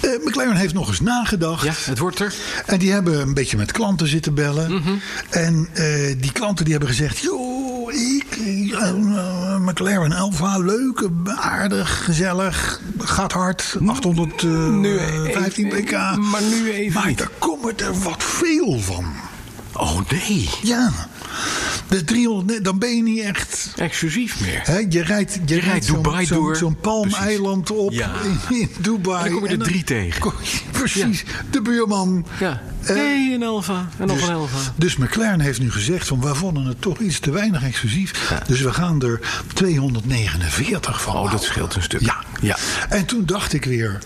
Speaker 5: eh, McLaren heeft nog eens nagedacht.
Speaker 4: Ja, het wordt er.
Speaker 5: En die hebben een beetje met klanten zitten bellen.
Speaker 4: Mhm.
Speaker 5: En eh, die klanten die hebben gezegd... joh, ik, eh, eh, McLaren Alfa, leuk, eh, aardig, gezellig, gaat hard. 815
Speaker 4: Hm. e- even-
Speaker 5: pk.
Speaker 4: maar nu even
Speaker 5: Maar
Speaker 4: niet.
Speaker 5: daar komt er wat veel van.
Speaker 4: Oh nee.
Speaker 5: Ja. De 300, nee, dan ben je niet echt...
Speaker 4: Exclusief meer.
Speaker 5: Hè, je rijdt, je rijdt zo'n-
Speaker 4: Dubai
Speaker 5: zo'n,
Speaker 4: door.
Speaker 5: Zo'n palmeiland op
Speaker 4: Ja.
Speaker 5: in, in Dubai.
Speaker 4: En dan kom je er drie tegen.
Speaker 5: kom je- <laughs> precies. De buurman.
Speaker 4: Ja.
Speaker 5: Eh,
Speaker 4: Nee, een Elva. En nog
Speaker 5: dus,
Speaker 4: een Elva.
Speaker 5: dus McLaren heeft nu gezegd van we vonden het toch iets te weinig exclusief. Dus we gaan er 249 van.
Speaker 4: Oh, dat
Speaker 5: houden.
Speaker 4: scheelt een stuk.
Speaker 5: Ja.
Speaker 4: Ja.
Speaker 5: En toen dacht ik weer,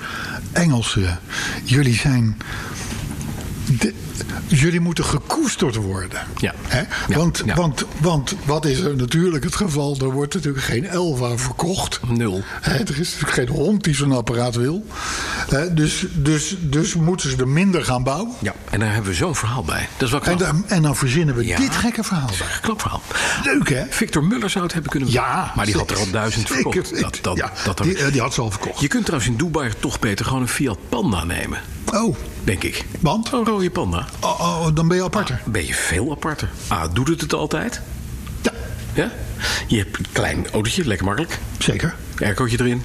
Speaker 5: Engelsen, jullie zijn. de- jullie moeten gekoesterd worden.
Speaker 4: Ja.
Speaker 5: Hè?
Speaker 4: Ja.
Speaker 5: Want,
Speaker 4: Ja.
Speaker 5: Want, want wat is er natuurlijk het geval? Er wordt natuurlijk geen Elva verkocht.
Speaker 4: Nul.
Speaker 5: Hè, er is natuurlijk geen hond die zo'n apparaat wil. Hè, dus, dus, dus moeten ze er minder gaan bouwen.
Speaker 4: Ja. En daar hebben we zo'n verhaal bij. Dat is wel
Speaker 5: En,
Speaker 4: knap.
Speaker 5: dan, en dan verzinnen we
Speaker 4: Ja.
Speaker 5: dit gekke verhaal. bij.
Speaker 4: Knap verhaal.
Speaker 5: Leuk, hè?
Speaker 4: Victor Muller zou het hebben kunnen
Speaker 5: Ja.
Speaker 4: Maar die had er
Speaker 5: zeker.
Speaker 4: al duizend
Speaker 5: Zeker
Speaker 4: verkocht. Dat,
Speaker 5: weten.
Speaker 4: dat,
Speaker 5: Ja,
Speaker 4: dat
Speaker 5: die, eh, die had ze al verkocht.
Speaker 4: Je kunt trouwens in Dubai toch beter gewoon een Fiat Panda nemen.
Speaker 5: Oh,
Speaker 4: Denk ik.
Speaker 5: Want?
Speaker 4: Een rode panda. Ah,
Speaker 5: oh, oh, dan ben je aparter.
Speaker 4: Ben je veel aparter. A, doet het het altijd?
Speaker 5: Ja,
Speaker 4: Ja? Je hebt een klein autootje, lekker makkelijk.
Speaker 5: zeker.
Speaker 4: Aircootje erin.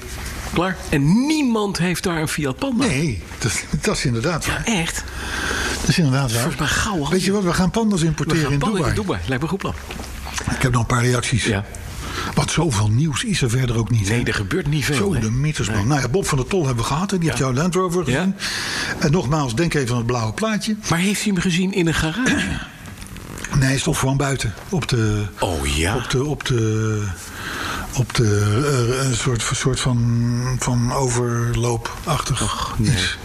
Speaker 4: Klaar. En niemand heeft daar een Fiat Panda.
Speaker 5: Nee, dat, dat is inderdaad waar.
Speaker 4: Echt?
Speaker 5: Dat is inderdaad waar.
Speaker 4: Volgens mij gauw al.
Speaker 5: Weet je wat, we gaan pandas
Speaker 4: We
Speaker 5: importeren
Speaker 4: gaan
Speaker 5: in,
Speaker 4: pannen
Speaker 5: Dubai.
Speaker 4: in Dubai. Lijkt me een goed plan.
Speaker 5: Ik heb nog een paar reacties.
Speaker 4: Ja.
Speaker 5: Wat zoveel nieuws is er verder ook niet.
Speaker 4: Nee,
Speaker 5: hè?
Speaker 4: er gebeurt niet veel.
Speaker 5: Zo
Speaker 4: hè?
Speaker 5: de mythes, man. Nou ja, Bob van der Tol hebben we gehad. hè. Die heeft jouw Land Rover
Speaker 4: Ja.
Speaker 5: gezien. En nogmaals, denk even aan het blauwe plaatje.
Speaker 4: Maar heeft hij hem gezien in een garage?
Speaker 5: Nee, stond gewoon buiten. Op de,
Speaker 4: Oh ja.
Speaker 5: op de, op de, op de eh, een soort, soort van, van overloopachtig iets.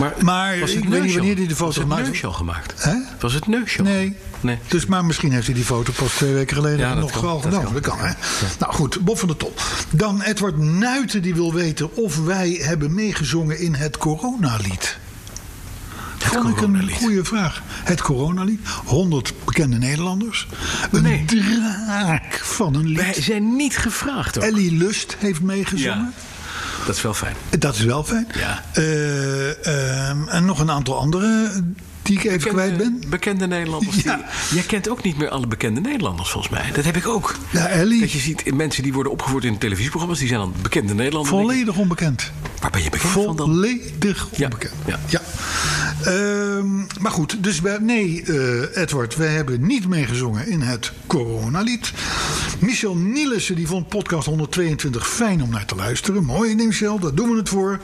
Speaker 4: Maar,
Speaker 5: Maar
Speaker 4: was het
Speaker 5: ik weet
Speaker 4: neusje
Speaker 5: niet
Speaker 4: al-
Speaker 5: wanneer hij de
Speaker 4: was
Speaker 5: foto
Speaker 4: het
Speaker 5: maakte.
Speaker 4: neusje al gemaakt?
Speaker 5: Hè?
Speaker 4: Was het neusje al
Speaker 5: Nee.
Speaker 4: gemaakt? Nee.
Speaker 5: Dus, maar misschien heeft hij die foto pas twee weken geleden
Speaker 4: Ja, dat
Speaker 5: nog
Speaker 4: kan,
Speaker 5: gewoon
Speaker 4: dat
Speaker 5: genomen.
Speaker 4: kan.
Speaker 5: Dat kan, hè? Nou goed, Bob van de Top. Dan Edward Nuiten die wil weten of wij hebben meegezongen in het coronalied. Vond ik een
Speaker 4: coronalied.
Speaker 5: goede vraag. Het coronalied, 100 bekende Nederlanders. Een
Speaker 4: Nee.
Speaker 5: draak van een
Speaker 4: Wij
Speaker 5: lied.
Speaker 4: zijn niet gevraagd ook.
Speaker 5: Ellie Lust heeft meegezongen.
Speaker 4: Dat is wel fijn.
Speaker 5: Dat is wel fijn.
Speaker 4: Ja.
Speaker 5: Eh, ehm, en nog een aantal andere die ik even
Speaker 4: eh,
Speaker 5: kwijt ben.
Speaker 4: Bekende Nederlanders.
Speaker 5: eh, Ja.
Speaker 4: Die, jij kent ook niet meer alle bekende Nederlanders, volgens mij. Dat heb ik ook.
Speaker 5: Ja, Ellie.
Speaker 4: Dat je ziet in mensen die worden opgevoerd in televisieprogramma's, die zijn dan bekende Nederlanders. Dan denk
Speaker 5: Volledig onbekend.
Speaker 4: ik, Waar ben je bekend van dan?
Speaker 5: Volledig
Speaker 4: Ja,
Speaker 5: onbekend.
Speaker 4: ja.
Speaker 5: Ehm, maar goed, dus wij, nee, eh, Edward, wij hebben niet meegezongen in het coronalied. Michel Nielissen die vond podcast 122 fijn om naar te luisteren. Mooi, nee, Michel, daar doen we het voor.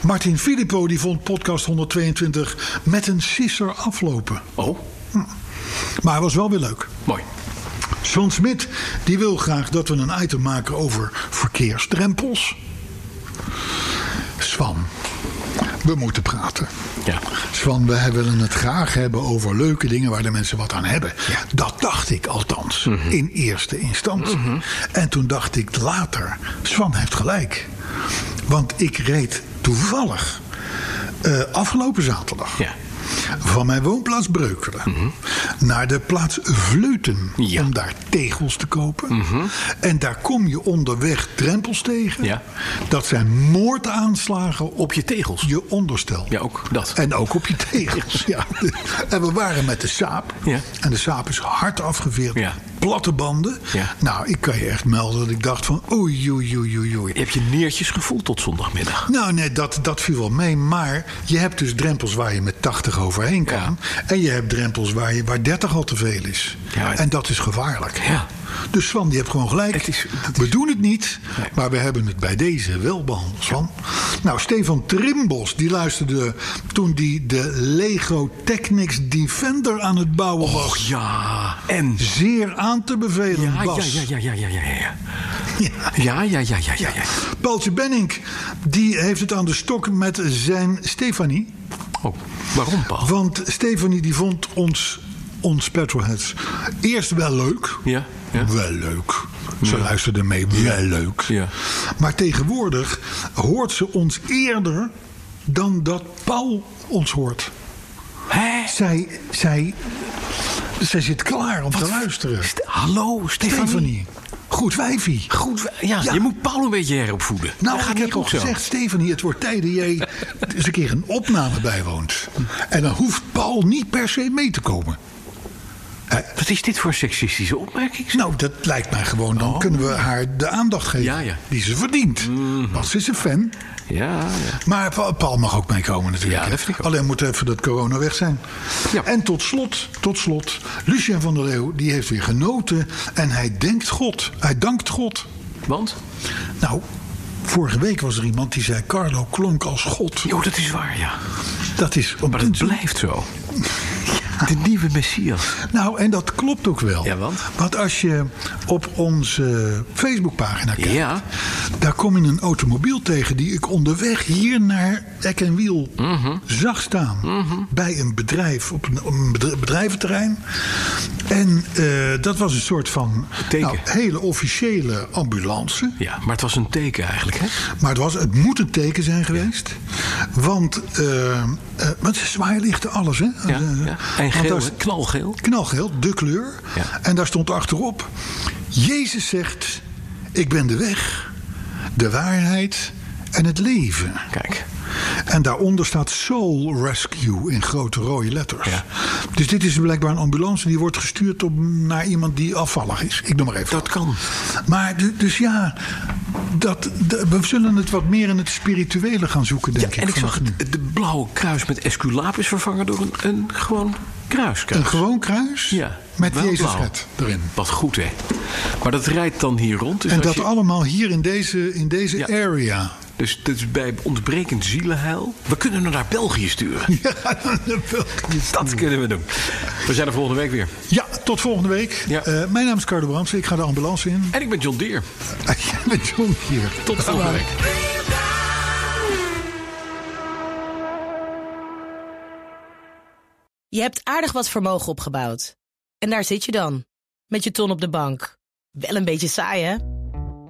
Speaker 5: Martin Filippo die vond podcast 122 met een sisser aflopen.
Speaker 4: Oh,
Speaker 5: Maar hij was wel weer leuk.
Speaker 4: mooi.
Speaker 5: Sean Smit die wil graag dat we een item maken over verkeersdrempels. Swan, we moeten praten.
Speaker 4: Ja.
Speaker 5: Swan, wij willen het graag hebben over leuke dingen waar de mensen wat aan hebben. Dat dacht ik althans in eerste instantie. En toen dacht ik later, Swan heeft gelijk. Want ik reed toevallig eh, afgelopen zaterdag
Speaker 4: Ja.
Speaker 5: van mijn woonplaats Breukelen naar de plaats Vleuten
Speaker 4: Mhm. Ja. Mhm.
Speaker 5: om daar tegels te kopen. En daar kom je onderweg drempels tegen.
Speaker 4: Ja.
Speaker 5: Dat zijn moordaanslagen op
Speaker 4: Op je tegels.
Speaker 5: je onderstel.
Speaker 4: Ja, ook dat.
Speaker 5: En ook op je
Speaker 4: <laughs>
Speaker 5: tegels. Ja. En we waren met de saap.
Speaker 4: Ja.
Speaker 5: En de saap is hard afgeveerd.
Speaker 4: Ja.
Speaker 5: Platte banden.
Speaker 4: Ja.
Speaker 5: Nou, ik kan je echt melden dat ik dacht van oei, oei, oei, oei, oei.
Speaker 4: Je hebt je neertjes gevoeld tot zondagmiddag.
Speaker 5: Nou, nee, dat, dat viel wel mee. Maar je hebt dus drempels waar je met 80 overheen kan. En je hebt drempels waar, je, waar 30 al te veel is.
Speaker 4: Ja, het-
Speaker 5: en dat is gevaarlijk.
Speaker 4: Ja.
Speaker 5: Dus Swan, die hebt gewoon gelijk.
Speaker 4: Het is- het
Speaker 5: We doen het niet, maar we hebben het bij deze wel behandeld, Swan. Nou, Stefan Trimbos, die luisterde toen die de Lego Technics Defender aan het bouwen was.
Speaker 4: Ja, en. Ah,
Speaker 5: Zeer aan te bevelen,
Speaker 4: Ja, ja,
Speaker 5: Bas.
Speaker 4: ja, ja, ja, ja, ja, ja.
Speaker 5: Ja.
Speaker 4: Ja, ja, ja, ja, ja, ja.
Speaker 5: Paultje Benink, die heeft het aan de stok met zijn Stefanie.
Speaker 4: Oh, waarom, Paul?
Speaker 5: Want Stefanie die vond ons, ons Petrolheads eerst wel leuk.
Speaker 4: Ja, ja.
Speaker 5: Wel leuk. Ze luisterde mee, wel leuk.
Speaker 4: Ja.
Speaker 5: Maar tegenwoordig hoort ze ons eerder dan dat Paul ons hoort.
Speaker 4: Hè?
Speaker 5: Zij, zij, zij zit klaar om te luisteren.
Speaker 4: Ste- Ehm, Hallo, Stefanie.
Speaker 5: Stefanie, goed wijfie.
Speaker 4: Goed, we- ja,
Speaker 5: Ja.
Speaker 4: je moet Paul een beetje heropvoeden.
Speaker 5: Nou,
Speaker 4: Dat gaat
Speaker 5: ik heb
Speaker 4: niet
Speaker 5: al
Speaker 4: goed zo.
Speaker 5: gezegd, Stefanie, het wordt tijd dat jij <laughs> eens een keer een opname bijwoont. En dan hoeft Paul niet per se mee te komen.
Speaker 4: Wat is dit voor seksistische opmerking?
Speaker 5: Nou, dat lijkt mij gewoon. Dan kunnen we haar de aandacht geven
Speaker 4: Oh. Ja, Mhm. ja.
Speaker 5: die ze verdient. Want ze is een fan.
Speaker 4: Ja, ja.
Speaker 5: Maar Pa- Paul mag ook meekomen natuurlijk.
Speaker 4: Ja, dat vind ik ook.
Speaker 5: Alleen moet even dat corona weg zijn.
Speaker 4: Ja.
Speaker 5: En tot slot, tot slot, Lucien van der Leeuw die heeft weer genoten. En hij denkt God. Hij dankt God.
Speaker 4: Want?
Speaker 5: Nou, vorige week was er iemand die zei... Carlo klonk als God.
Speaker 4: Jo, dat is waar, ja.
Speaker 5: Dat is... op
Speaker 4: Maar
Speaker 5: dit-
Speaker 4: dat blijft zo. De nieuwe Messias.
Speaker 5: Nou, en dat klopt ook wel.
Speaker 4: Ja, want?
Speaker 5: als je op onze Facebookpagina kijkt...
Speaker 4: Ja.
Speaker 5: daar kom je een automobiel tegen... die ik onderweg hier naar Eck en Wiel zag staan. Bij een bedrijf, op een, op een bedr- bedrijventerrein. En eh, dat was een soort van...
Speaker 4: Teken.
Speaker 5: nou, hele officiële ambulance.
Speaker 4: Ja, maar het was een teken eigenlijk, hè?
Speaker 5: Maar het, was, het moet een teken zijn geweest. Want, eh eh want ze zwaailichten alles, hè?
Speaker 4: Ja,
Speaker 5: Eh,
Speaker 4: ja. En
Speaker 5: want
Speaker 4: geel,
Speaker 5: daar-
Speaker 4: hè? knalgeel.
Speaker 5: knalgeel, de kleur.
Speaker 4: Ja.
Speaker 5: En daar stond achterop: Jezus zegt: Ik ben de weg, de waarheid en het leven.
Speaker 4: Kijk.
Speaker 5: En daaronder staat Soul Rescue in grote rode letters.
Speaker 4: Ja.
Speaker 5: Dus dit is blijkbaar een ambulance die wordt gestuurd op, naar iemand die afvallig is. Ik noem maar even.
Speaker 4: Dat kan.
Speaker 5: Maar du- dus ja, dat, d- we zullen het wat meer in het spirituele gaan zoeken, denk ik.
Speaker 4: En ik
Speaker 5: vanaf
Speaker 4: zag
Speaker 5: nu.
Speaker 4: het, de blauwe kruis met Esculapis vervangen door een, een gewoon kruiskruis.
Speaker 5: Een gewoon kruis
Speaker 4: Ja,
Speaker 5: met
Speaker 4: wel
Speaker 5: Jezus
Speaker 4: blauw.
Speaker 5: red erin.
Speaker 4: Wat goed, hè? Maar dat rijdt dan hier rond. Dus
Speaker 5: en
Speaker 4: als
Speaker 5: dat
Speaker 4: je-
Speaker 5: allemaal hier in deze, in deze
Speaker 4: Ja.
Speaker 5: area. <laughs>
Speaker 4: Dus dat is bij ontbrekend zielenheil. We kunnen hem naar België sturen.
Speaker 5: Ja, de België.
Speaker 4: Dat kunnen we doen. We zijn er volgende week weer.
Speaker 5: Ja, tot volgende week.
Speaker 4: Ja.
Speaker 5: Eh, mijn naam is Carlo Bramsen. Ik ga de ambulance in. <laughs>
Speaker 4: En ik ben John Deere.
Speaker 5: Jij bent John hier.
Speaker 4: Tot volgende week.
Speaker 7: Je hebt aardig wat vermogen opgebouwd. En daar zit je dan, met je ton op de bank. Wel een beetje saai, hè?